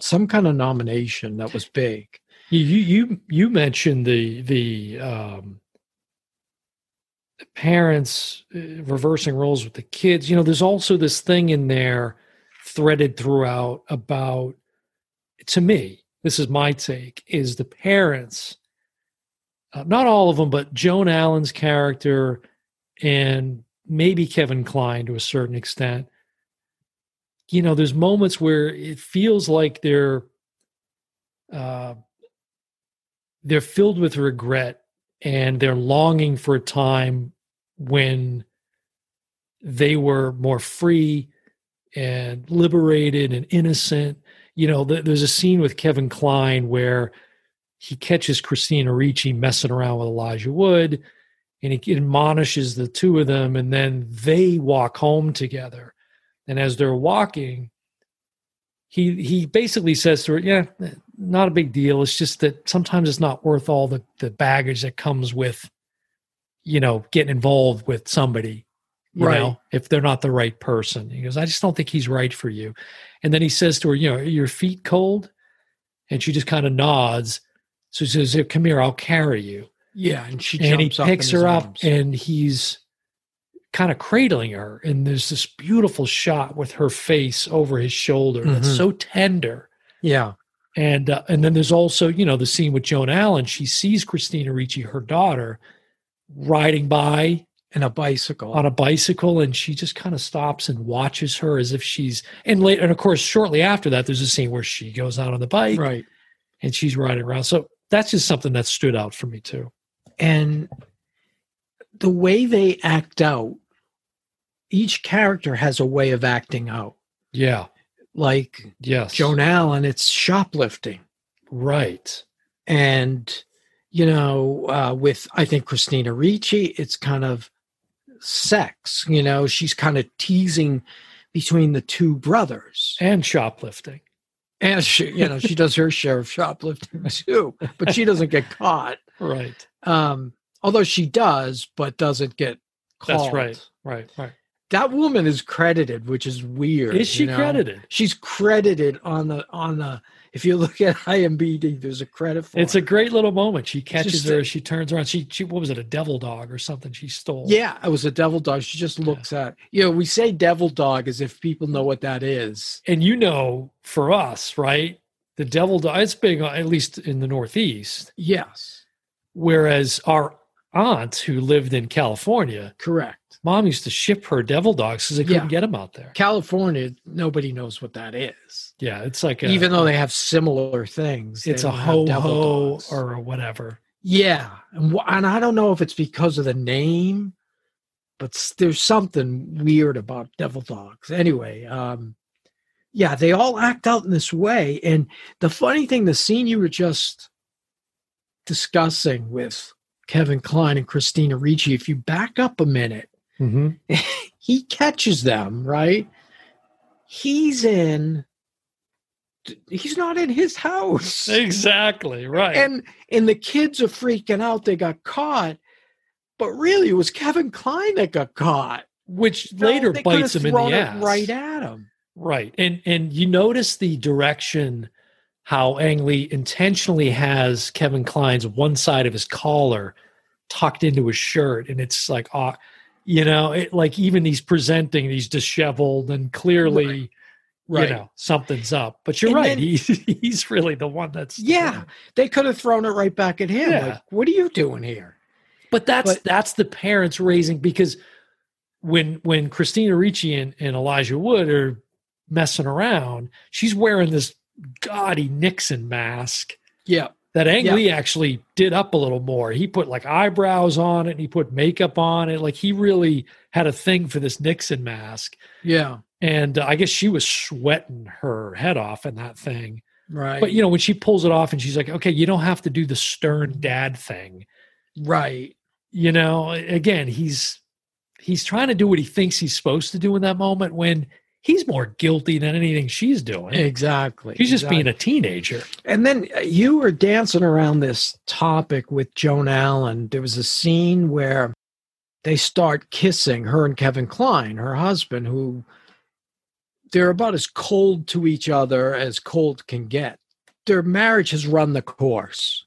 Some kind of nomination that was big. You you you you mentioned the the um, parents uh, reversing roles with the kids. You know, there's also this thing in there threaded throughout about to me. This is my take: is the parents, uh, not all of them, but Joan Allen's character and maybe Kevin Klein to a certain extent. You know, there's moments where it feels like they're. Uh, they're filled with regret and they're longing for a time when they were more free and liberated and innocent. You know, th- there's a scene with Kevin Klein where he catches Christina Ricci messing around with Elijah Wood and he admonishes the two of them, and then they walk home together. And as they're walking, he he basically says to her, "Yeah, not a big deal. It's just that sometimes it's not worth all the the baggage that comes with, you know, getting involved with somebody, you Right. know, if they're not the right person." He goes, "I just don't think he's right for you." And then he says to her, "You know, are your feet cold," and she just kind of nods. So he says, "Here, "Come here, I'll carry you." Yeah, and she and he jumps up in picks his her up arms. and he's kind of cradling her and there's this beautiful shot with her face over his shoulder that's Mhm. so tender yeah, and uh, and then there's also you know the scene with joan allen she sees christina ricci her daughter riding by and a bicycle. on a bicycle and she just kind of stops and watches her as if she's and later and of course shortly after that there's a scene where she goes out on the bike right. and she's riding around so that's just something that stood out for me too And the way they act out, each character has a way of acting out. yeah Like yes Joan Allen, it's shoplifting. right and you know uh, with i think christina ricci it's kind of sex you know she's kind of teasing between the two brothers and shoplifting. and she you know she does her share of shoplifting too but she doesn't get caught Right. um although she does but doesn't get caught That's right. Right. Right. that woman is credited which is weird Is she you know? credited? she's credited on the on the if you look at IMDb, there's a credit for It's her. a great little moment. She catches just her a- as she turns around. She, she what was it, a devil dog or something she stole. Yeah, it was a devil dog. She just looks at you know, we say devil dog as if people know what that is. And you know, for us, right? The devil dog it's big at least in the Northeast. Yes, Whereas our aunt who lived in California, correct. mom used to ship her devil dogs because they couldn't Yeah. get them out there. California, nobody knows what that is. Yeah, it's like a, Even though they have similar things. they it's a don't have ho devil ho dogs. or a whatever. Yeah. And, wh- and I don't know if it's because of the name, but s- there's something weird about devil dogs. Anyway, um, yeah, they all act out in this way. And the funny thing, the scene you were just discussing with Kevin Klein and Christina Ricci, if you back up a minute, Mm-hmm. he catches them, right? He's in he's not in his house. Exactly right. And and the kids are freaking out they got caught. But really it was Kevin Klein that got caught. Which No, later they bites could've him in the thrown it ass. right at him. Right. And and you notice the direction how Ang Lee intentionally has Kevin Klein's one side of his collar tucked into his shirt. And it's like, ah, you know, it, like even he's presenting, he's disheveled and clearly, Right. you know, something's up. But you're And right. then- he, he's really the one that's. Yeah. They could have thrown it right back at him. Yeah. Like, what are you doing here? But that's But- that's the parents raising because when when Christina Ricci and, and Elijah Wood are messing around, she's wearing this gaudy Nixon mask Yeah. that Ang Yeah. Lee actually did up a little more. He put like eyebrows on it and he put makeup on it. Like he really had a thing for this Nixon mask. Yeah. And uh, I guess she was sweating her head off in that thing. Right. But you know, when she pulls it off and she's like, okay, you don't have to do the stern dad thing right. you know again he's he's trying to do what he thinks he's supposed to do in that moment when he's more guilty than anything she's doing Exactly. she's just exactly. being a teenager And then uh, you were dancing around this topic with Joan Allen. There was a scene where they start kissing her and Kevin Klein, her husband, who they're about as cold to each other as cold can get. Their marriage has run the course.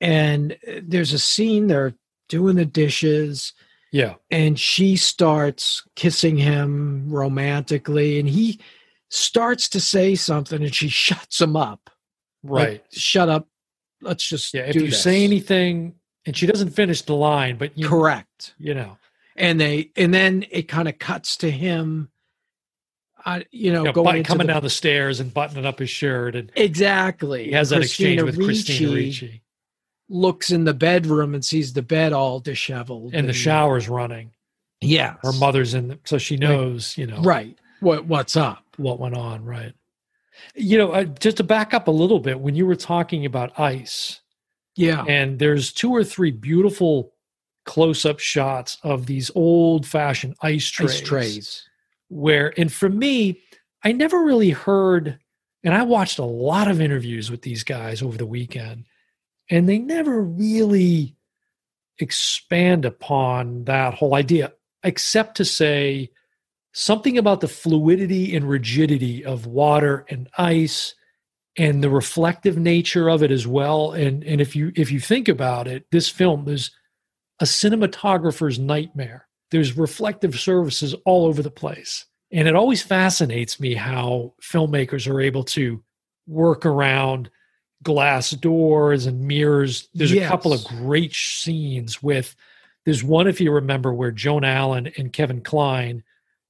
And uh, there's a scene they're doing the dishes yeah and she starts kissing him romantically and he starts to say something and she shuts him up Like, right shut up let's just yeah if do you this. say anything and she doesn't finish the line but you, correct you know and they and then it kind of cuts to him uh, you know you know, going button- into coming the- down the stairs and buttoning up his shirt and exactly he has that exchange Christina with christina Ricci ricci looks in the bedroom and sees the bed all disheveled and the shower's running yeah her mother's in the, so she knows you know right what what's up what went on, right? You know, uh, just to back up a little bit, when you were talking about ice, yeah and there's two or three beautiful close-up shots of these old-fashioned ice trays, trays. trays where, and for me, I never really heard, and I watched a lot of interviews with these guys over the weekend, and they never really expand upon that whole idea, except to say something about the fluidity and rigidity of water and ice and the reflective nature of it as well and and if you if you think about it this film is a cinematographer's nightmare there's reflective surfaces all over the place and it always fascinates me how filmmakers are able to work around glass doors and mirrors there's a couple of Yes. great sh- scenes with there's one if you remember where joan allen and kevin klein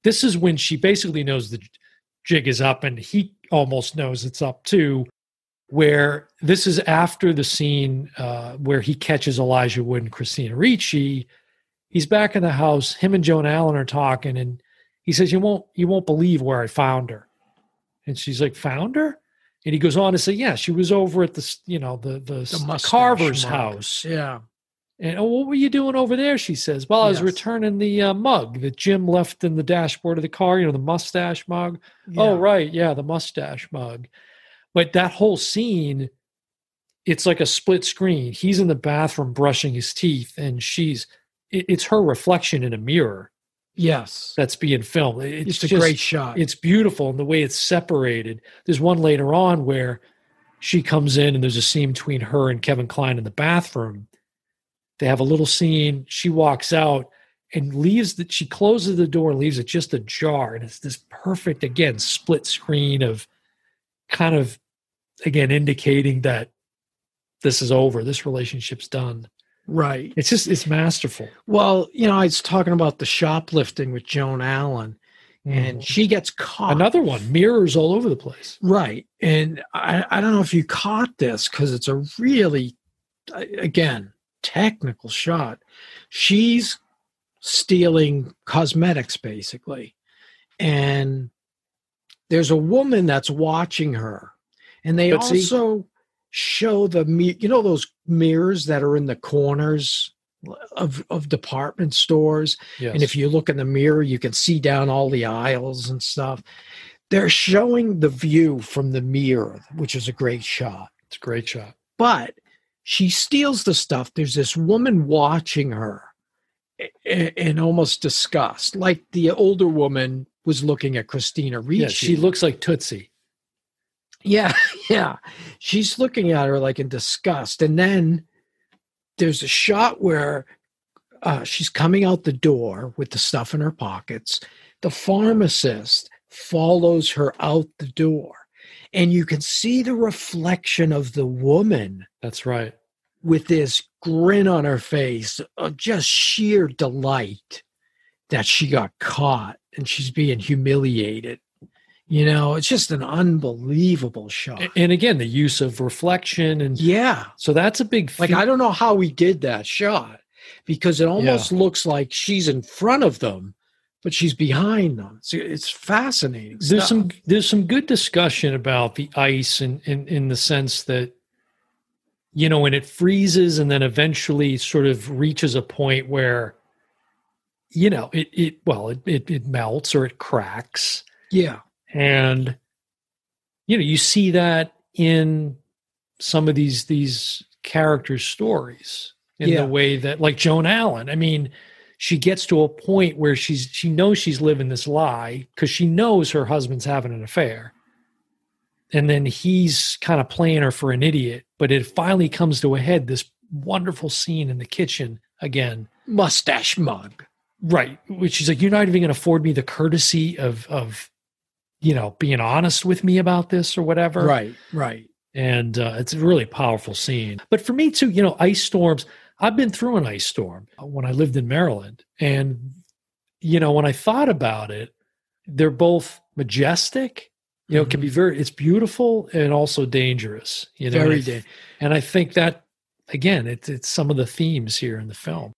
this is when she basically knows the j- jig is up and he almost knows it's up too where this is after the scene uh, where he catches elijah wood and christina ricci he's back in the house him and joan allen are talking and he says you won't you won't believe where i found her and she's like found her and he goes on to say yeah she was over at the s- you know the the, s- mustache carver's mark. house yeah and oh, what were you doing over there? She says. Well, I was Yes. returning the uh, mug that Jim left in the dashboard of the car. You know, the mustache mug. Oh, Yeah. right, yeah, the mustache mug. But that whole scene, it's like a split screen. He's in the bathroom brushing his teeth, and she's. It, it's her reflection in a mirror yes that's being filmed. It- it's, It's, a just- great shot It's beautiful, and the way it's separated. There's one later on where she comes in, and there's a scene between her and Kevin Klein in the bathroom. They have a little scene. She walks out and leaves that. She closes the door and leaves it just ajar, and it's this perfect again split screen of kind of again indicating that this is over. This relationship's done. right It's just it's masterful. Well, you know, I was talking about the shoplifting with Joan Allen, and she gets caught. Mm-hmm. another one mirrors all over the place. Right. And I, I don't know if you caught this because it's a really, uh, again, technical shot. She's stealing cosmetics, basically. And there's a woman that's watching her. And they But see- also show the me you know those mirrors that are in the corners of of department stores Yes. and if you look in the mirror you can see down all the aisles and stuff they're showing the view from the mirror which is a great shot it's a great shot. but she steals the stuff there's this woman watching her i- i- in almost disgust like the older woman was looking at christina Ricci. Yeah, she looks like Tootsie. Yeah, yeah. She's looking at her like in disgust. And then there's a shot where uh, she's coming out the door with the stuff in her pockets. The pharmacist follows her out the door. And you can see the reflection of the woman That's right. with this grin on her face, of just sheer delight that she got caught and she's being humiliated. You know, it's just an unbelievable shot. A- And again, the use of reflection and Yeah. so that's a big Like feat. I don't know how he did that shot because it almost looks like she's in front of them, but she's behind them. So it's fascinating. there's stuff. some there's some good discussion about the ice and in, in the sense that you know when it freezes and then eventually sort of reaches a point where you know it it well it it, it melts or it cracks yeah. and you know you see that in some of these these character stories in Yeah. the way that like joan allen i mean she gets to a point where she's she knows she's living this lie because she knows her husband's having an affair and then he's kind of playing her for an idiot but it finally comes to a head this wonderful scene in the kitchen again Mustache mug. right which is like you're not even going to afford me the courtesy of of you know being honest with me about this or whatever Right, right. and uh, it's a really powerful scene but for me too you know ice storms i've been through an ice storm uh, when i lived in maryland and you know when i thought about it they're both majestic you know it can Mm-hmm. be very it's beautiful and also dangerous you know and very I- dangerous. and I think that again, it's it's some of the themes here in the film.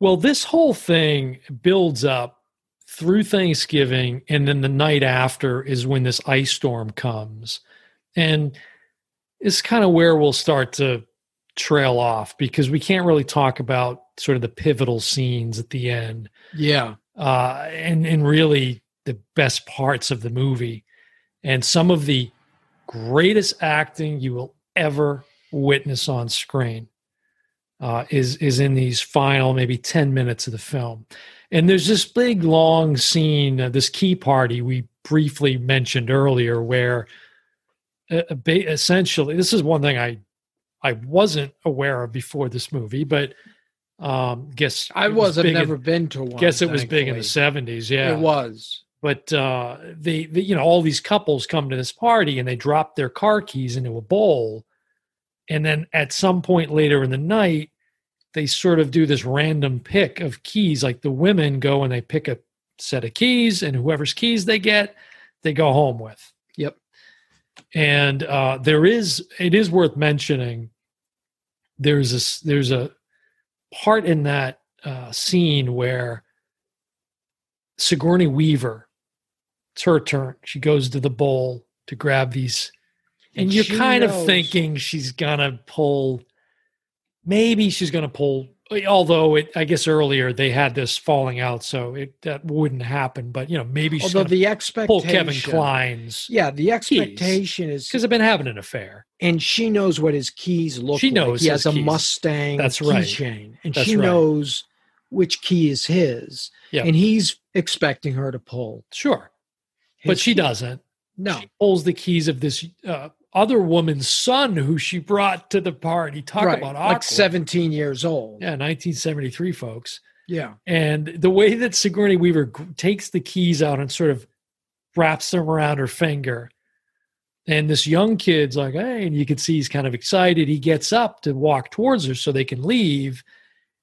Well, this whole thing builds up through Thanksgiving, and then the night after is when this ice storm comes, and it's kind of where we'll start to trail off because we can't really talk about sort of the pivotal scenes at the end Yeah. uh, and and really the best parts of the movie, and some of the greatest acting you will ever witness on screen uh, is is in these final maybe ten minutes of the film. And there's this big long scene, uh, this key party we briefly mentioned earlier, where uh, uh, ba- essentially this is one thing I I wasn't aware of before this movie, but um, guess I it was was I've big in- never been to one. guess it was big in the thankfully. 70s yeah It was. but uh they, they you know all these couples come to this party and they drop their car keys into a bowl and then at some point later in the night they sort of do this random pick of keys like the women go and they pick a set of keys and whoever's keys they get they go home with Yep. and uh there is it is worth mentioning there's a s- there's a part in that uh scene where Sigourney Weaver. It's her turn. She goes to the bowl to grab these. And, And you're she kind of knows. thinking she's going to pull, maybe she's going to pull, although it, I guess earlier they had this falling out, so it that wouldn't happen. But, you know, maybe she's Although going to the pull expectation Kevin Klein's Yeah, the expectation is because they've been having an affair. and she knows what his keys look She like. knows he has his a keys. Mustang That's right. keychain, and That's she right. knows which key is his. Yeah. And he's expecting her to pull, Sure. his but she key. doesn't. No, She pulls the keys of this uh, other woman's son who she brought to the party. Talk right. about like awkward. seventeen years old. Yeah, 1973, folks. yeah, And the way that Sigourney Weaver g- takes the keys out and sort of wraps them around her finger. And this young kid's like, hey, and you can see he's kind of excited. He gets up to walk towards her so they can leave.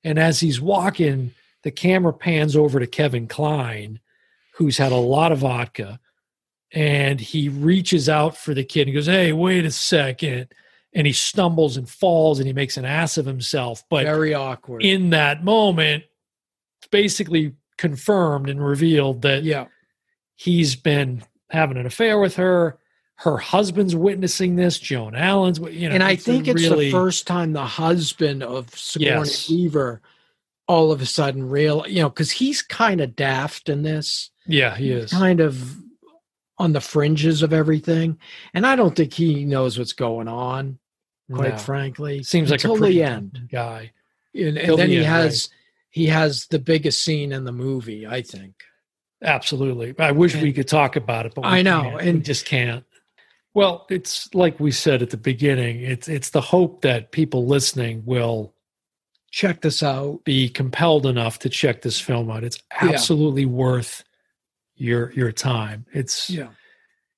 And as he's walking, the camera pans over to Kevin Klein, who's had a lot of vodka. And he reaches out for the kid and goes, hey, wait a second. And he stumbles and falls and he makes an ass of himself. But very awkward. in that moment it's basically confirmed and revealed that yeah, he's been having an affair with her her husband's witnessing this. Joan Allen's, wit- you know, and I it's a think it's really- the first time the husband of Sigourney Yes. Weaver all of a sudden real, you know, because he's kind of daft in this, Yeah, he is. kind of on the fringes of everything, and I don't think he knows what's going on. Quite No. frankly, Seems like a until pretty the end, guy. and, and till then the he end, has he has the biggest scene in the movie. I think. Absolutely. I wish we could talk about it, but we I know, can't. we and- just can't. Well, it's like we said at the beginning. It's it's the hope that people listening will Check this out. be compelled enough to check this film out. It's Yeah. absolutely worth your your time. It's Yeah.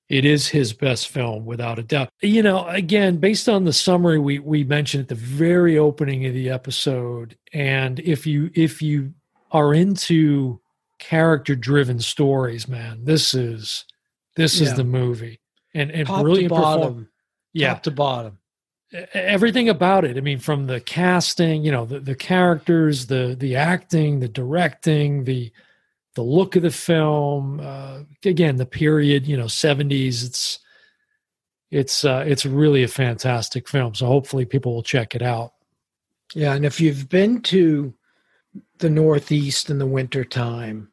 it is his best film without a doubt. You know, again, based on the summary we we mentioned at the very opening of the episode, and if you if you are into character driven stories, man, this is this is Yeah. the movie. And and Top to brilliant perform- bottom. yeah, Top to bottom. e- everything about it. I mean, from the casting, you know, the, the characters, the the acting, the directing, the the look of the film. Uh, again, the period, you know, seventies. It's it's uh, it's really a fantastic film. So hopefully, people will check it out. Yeah, and if you've been to the Northeast in the wintertime,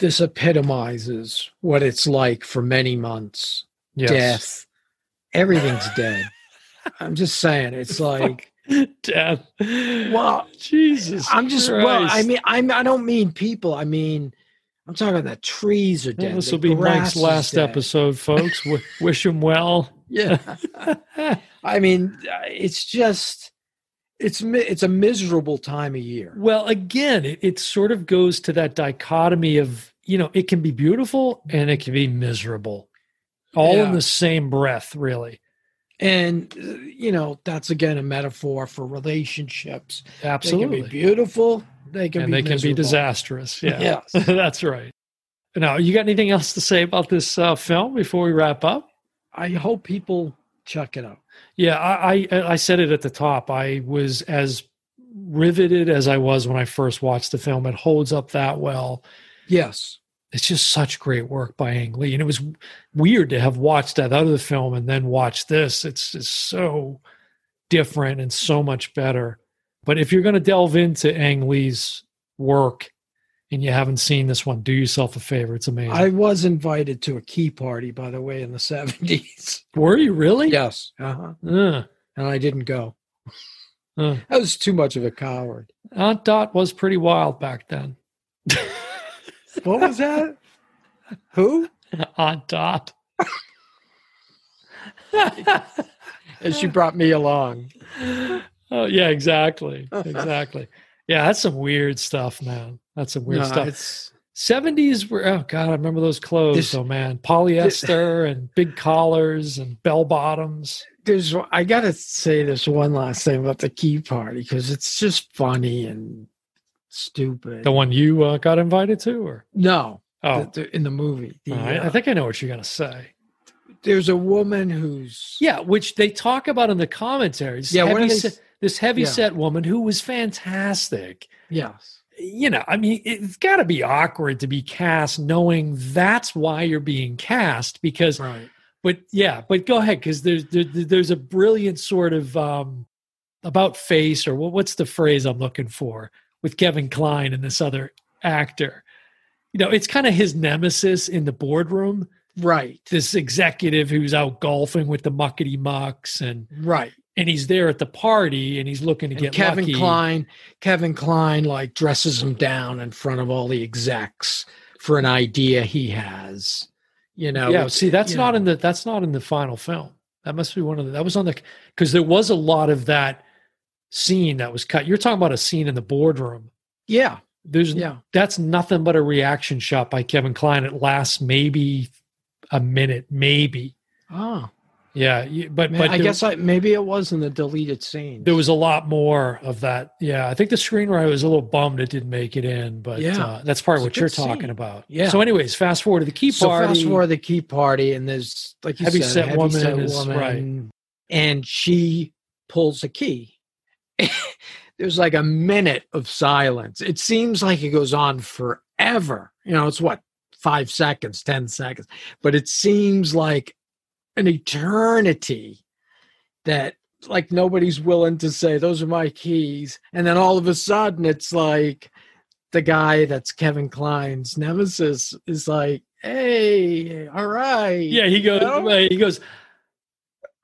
this epitomizes what it's like for many months. Yes. Death. Everything's dead. I'm just saying, it's like Death. well, Jesus. I'm just well, I Christ. mean I'm I don't mean people, I mean I'm talking the trees are dead. this the will be grass Mike's is last dead. episode, folks. W- wish him well. Yeah. I mean, uh, it's just it's mi- it's a miserable time of year. Well, again, it, it sort of goes to that dichotomy of, you know, it can be beautiful and it can be miserable, all in Yeah. the same breath, really. And uh, you know, that's again a metaphor for relationships. They Absolutely. can be beautiful. They can and be they can be miserable. disastrous. Yeah. Yes. That's right. Now, you got anything else to say about this uh, film before we wrap up? I hope people check it out. Yeah, I, I I said it at the top. I was as riveted as I was when I first watched the film. It holds up that well. Yes. it's just such great work by Ang Lee. And it was weird to have watched that other film and then watch this. It's just so different and so much better. But if you're going to delve into Ang Lee's work and you haven't seen this one, do yourself a favor. It's amazing. I was invited to a key party, by the way, in the 70s. Were you really? Yes. Uh-huh. Uh, And I didn't go. uh. I was too much of a coward. Aunt Dot was pretty wild back then. What was that? Who? Aunt Dot. And she brought me along. oh yeah, exactly, exactly. Yeah, that's some weird stuff, man. That's some weird No, stuff. it's- Seventies were oh god, I remember those clothes. This- oh man, polyester and big collars and bell bottoms. there's I gotta say this one last thing about the key party because it's just funny and stupid. The one you uh, got invited to, or no, oh, the- the- in the movie, the, all right. uh, I think I know what you're gonna say. there's a woman who's Yeah, which they talk about in the commentaries. Yeah, what heavy are they- se- this heavy Yeah. set woman who was fantastic. yes. you know, I mean, it's got to be awkward to be cast knowing that's why you're being cast because, Right. but yeah, but go ahead because there's there, there's a brilliant sort of um, about face or what, what's the phrase I'm looking for with Kevin Klein and this other actor. You know, it's kind of his nemesis in the boardroom. Right. This executive who's out golfing with the muckety mucks and Right. and he's there at the party and he's looking to And get Kevin lucky. Klein Kevin Klein like dresses him down in front of all the execs for an idea he has. You know. yeah it's- see that's you not know. in the that's not in the final film that must be one of the that was on the because there was a lot of that scene that was cut you're talking about a scene in the boardroom Yeah. there's Yeah. that's nothing but a reaction shot by kevin klein it lasts maybe a minute maybe Oh. yeah you- but Man, but I there- guess I maybe it was in the deleted scene. there was a lot more of that yeah i think the screenwriter was a little bummed it didn't make it in but Yeah. uh, that's part of It's a what you're good scene. talking about Yeah. so anyways fast forward to the key so party fast forward to the key party and there's like you Heavy said, set heavy woman set is- woman, right. and she pulls the key. there's like a minute of silence. It seems like it goes on forever. You know, it's what five seconds, ten seconds, but it seems like an eternity that like nobody's willing to say those are my keys and then all of a sudden it's like the guy that's kevin klein's nemesis is like hey all right Yeah, he goes. know? He goes.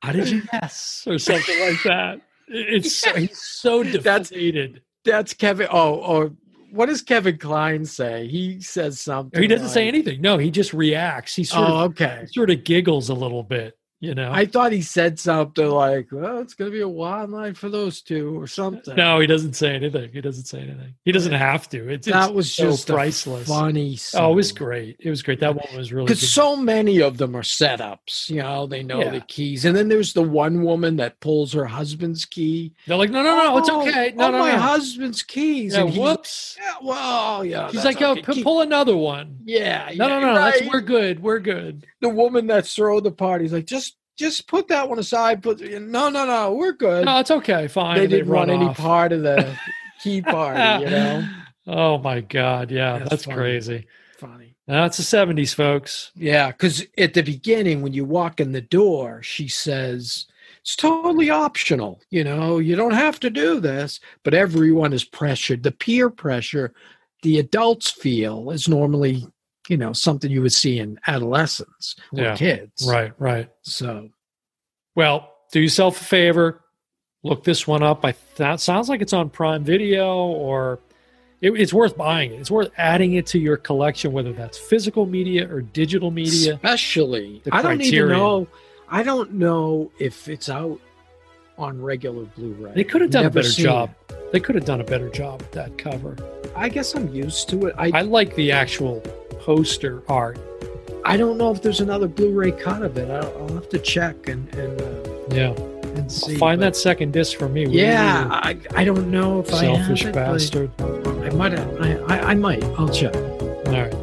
How did you guess, or something like that? It- It's so, he's so That's- deflated. that's kevin oh or what does kevin klein say he says something He doesn't say like, anything. No, he just reacts. He sort oh of okay he sort of giggles a little bit. You know. I thought he said something like, "Well, it's going to be a wild night for those two or something." no, he doesn't say anything. He doesn't say anything. He doesn't have to. It's, that it's was so just priceless. priceless. funny. Oh, it was great. It was great. That one was really good. because so many of them are setups. You know, they know Yeah. the keys, and then there's the one woman that pulls her husband's key. They're like, no, no, no, it's Oh, okay. No, oh, no, my no. husband's keys. Yeah, and he's- whoops. Yeah, well, yeah. He's that's like, yo, okay. p- Keep- pull another one. Yeah, No, yeah, no, no, right. that's, we're good. We're good. the woman that's throwing the party is like, just, just put that one aside. Put no, no, no, we're good. No, it's okay. Fine. Uh, they And they didn't want run any off. part of the key party. You know, Oh my God. Yeah, that's, That's funny. crazy. funny. That's the 70s, folks. Yeah, because at the beginning, when you walk in the door, she says, it's totally optional. You know, you don't have to do this, but everyone is pressured. The peer pressure the adults feel is normally, you know, something you would see in adolescents or Yeah, kids. Right, right. So, Well, do yourself a favor. Look this one up. I that sounds like it's on Prime Video or it, it's worth buying it. It's worth adding it to your collection, whether that's physical media or digital media. especially, The I don't even criterion. know, I don't know if it's out on regular Blu ray. They could have done a better job. They could have done a better job with that cover. I guess I'm used to it. I, I like the actual poster art. I don't know if there's another Blu-ray cut of it. I'll, I'll have to check and and, uh, Yeah. and see. Find but- that second disc for me. will Yeah, you? I, I don't know if Selfish I have it, but bastard. I might. have- I, I I might. I'll check. All right.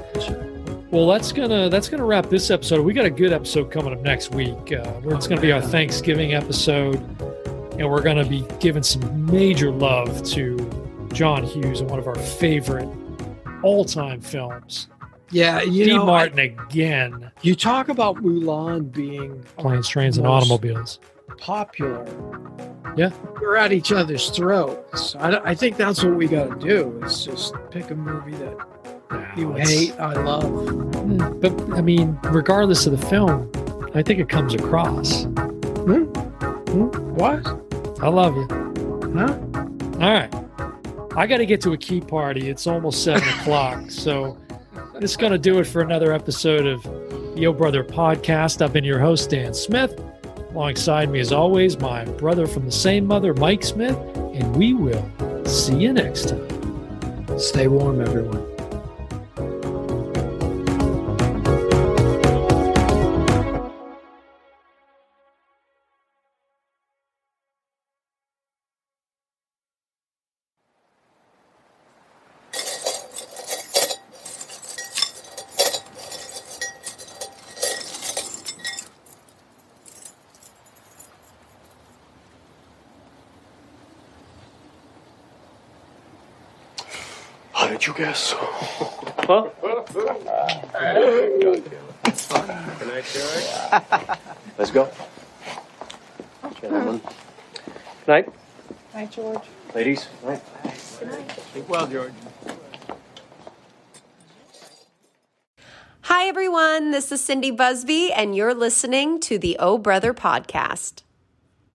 Well, that's gonna that's gonna wrap this episode. We got a good episode coming up next week. Uh, where it's Oh, gonna be our man. Thanksgiving episode, and we're gonna be giving some major love to John Hughes and one of our favorite all-time films, Yeah, you D. know, I- Martin again, you talk about Mulan being Planes, Trains, and Most- Automobiles. popular. Yeah. we're at each other's throats. I, don't- I think that's what we got to do. Is just pick a movie that you Wow, it's- hate. I love. Mm, But I mean, regardless of the film, I think it comes across. What? I love you. Huh? All right. I got to get to a key party. It's almost seven o'clock. So this is going to do it for another episode of Yo Brother Podcast. I've been your host, Dan Smith. Alongside me, as always, my brother from the same mother, Mike Smith. And we will see you next time. Stay warm, everyone. How did you guess? Let's go. Gentlemen. Night. Hi, George. Ladies. Hi, everyone. This is Cindy Busby, and you're listening to the Oh Brother Podcast.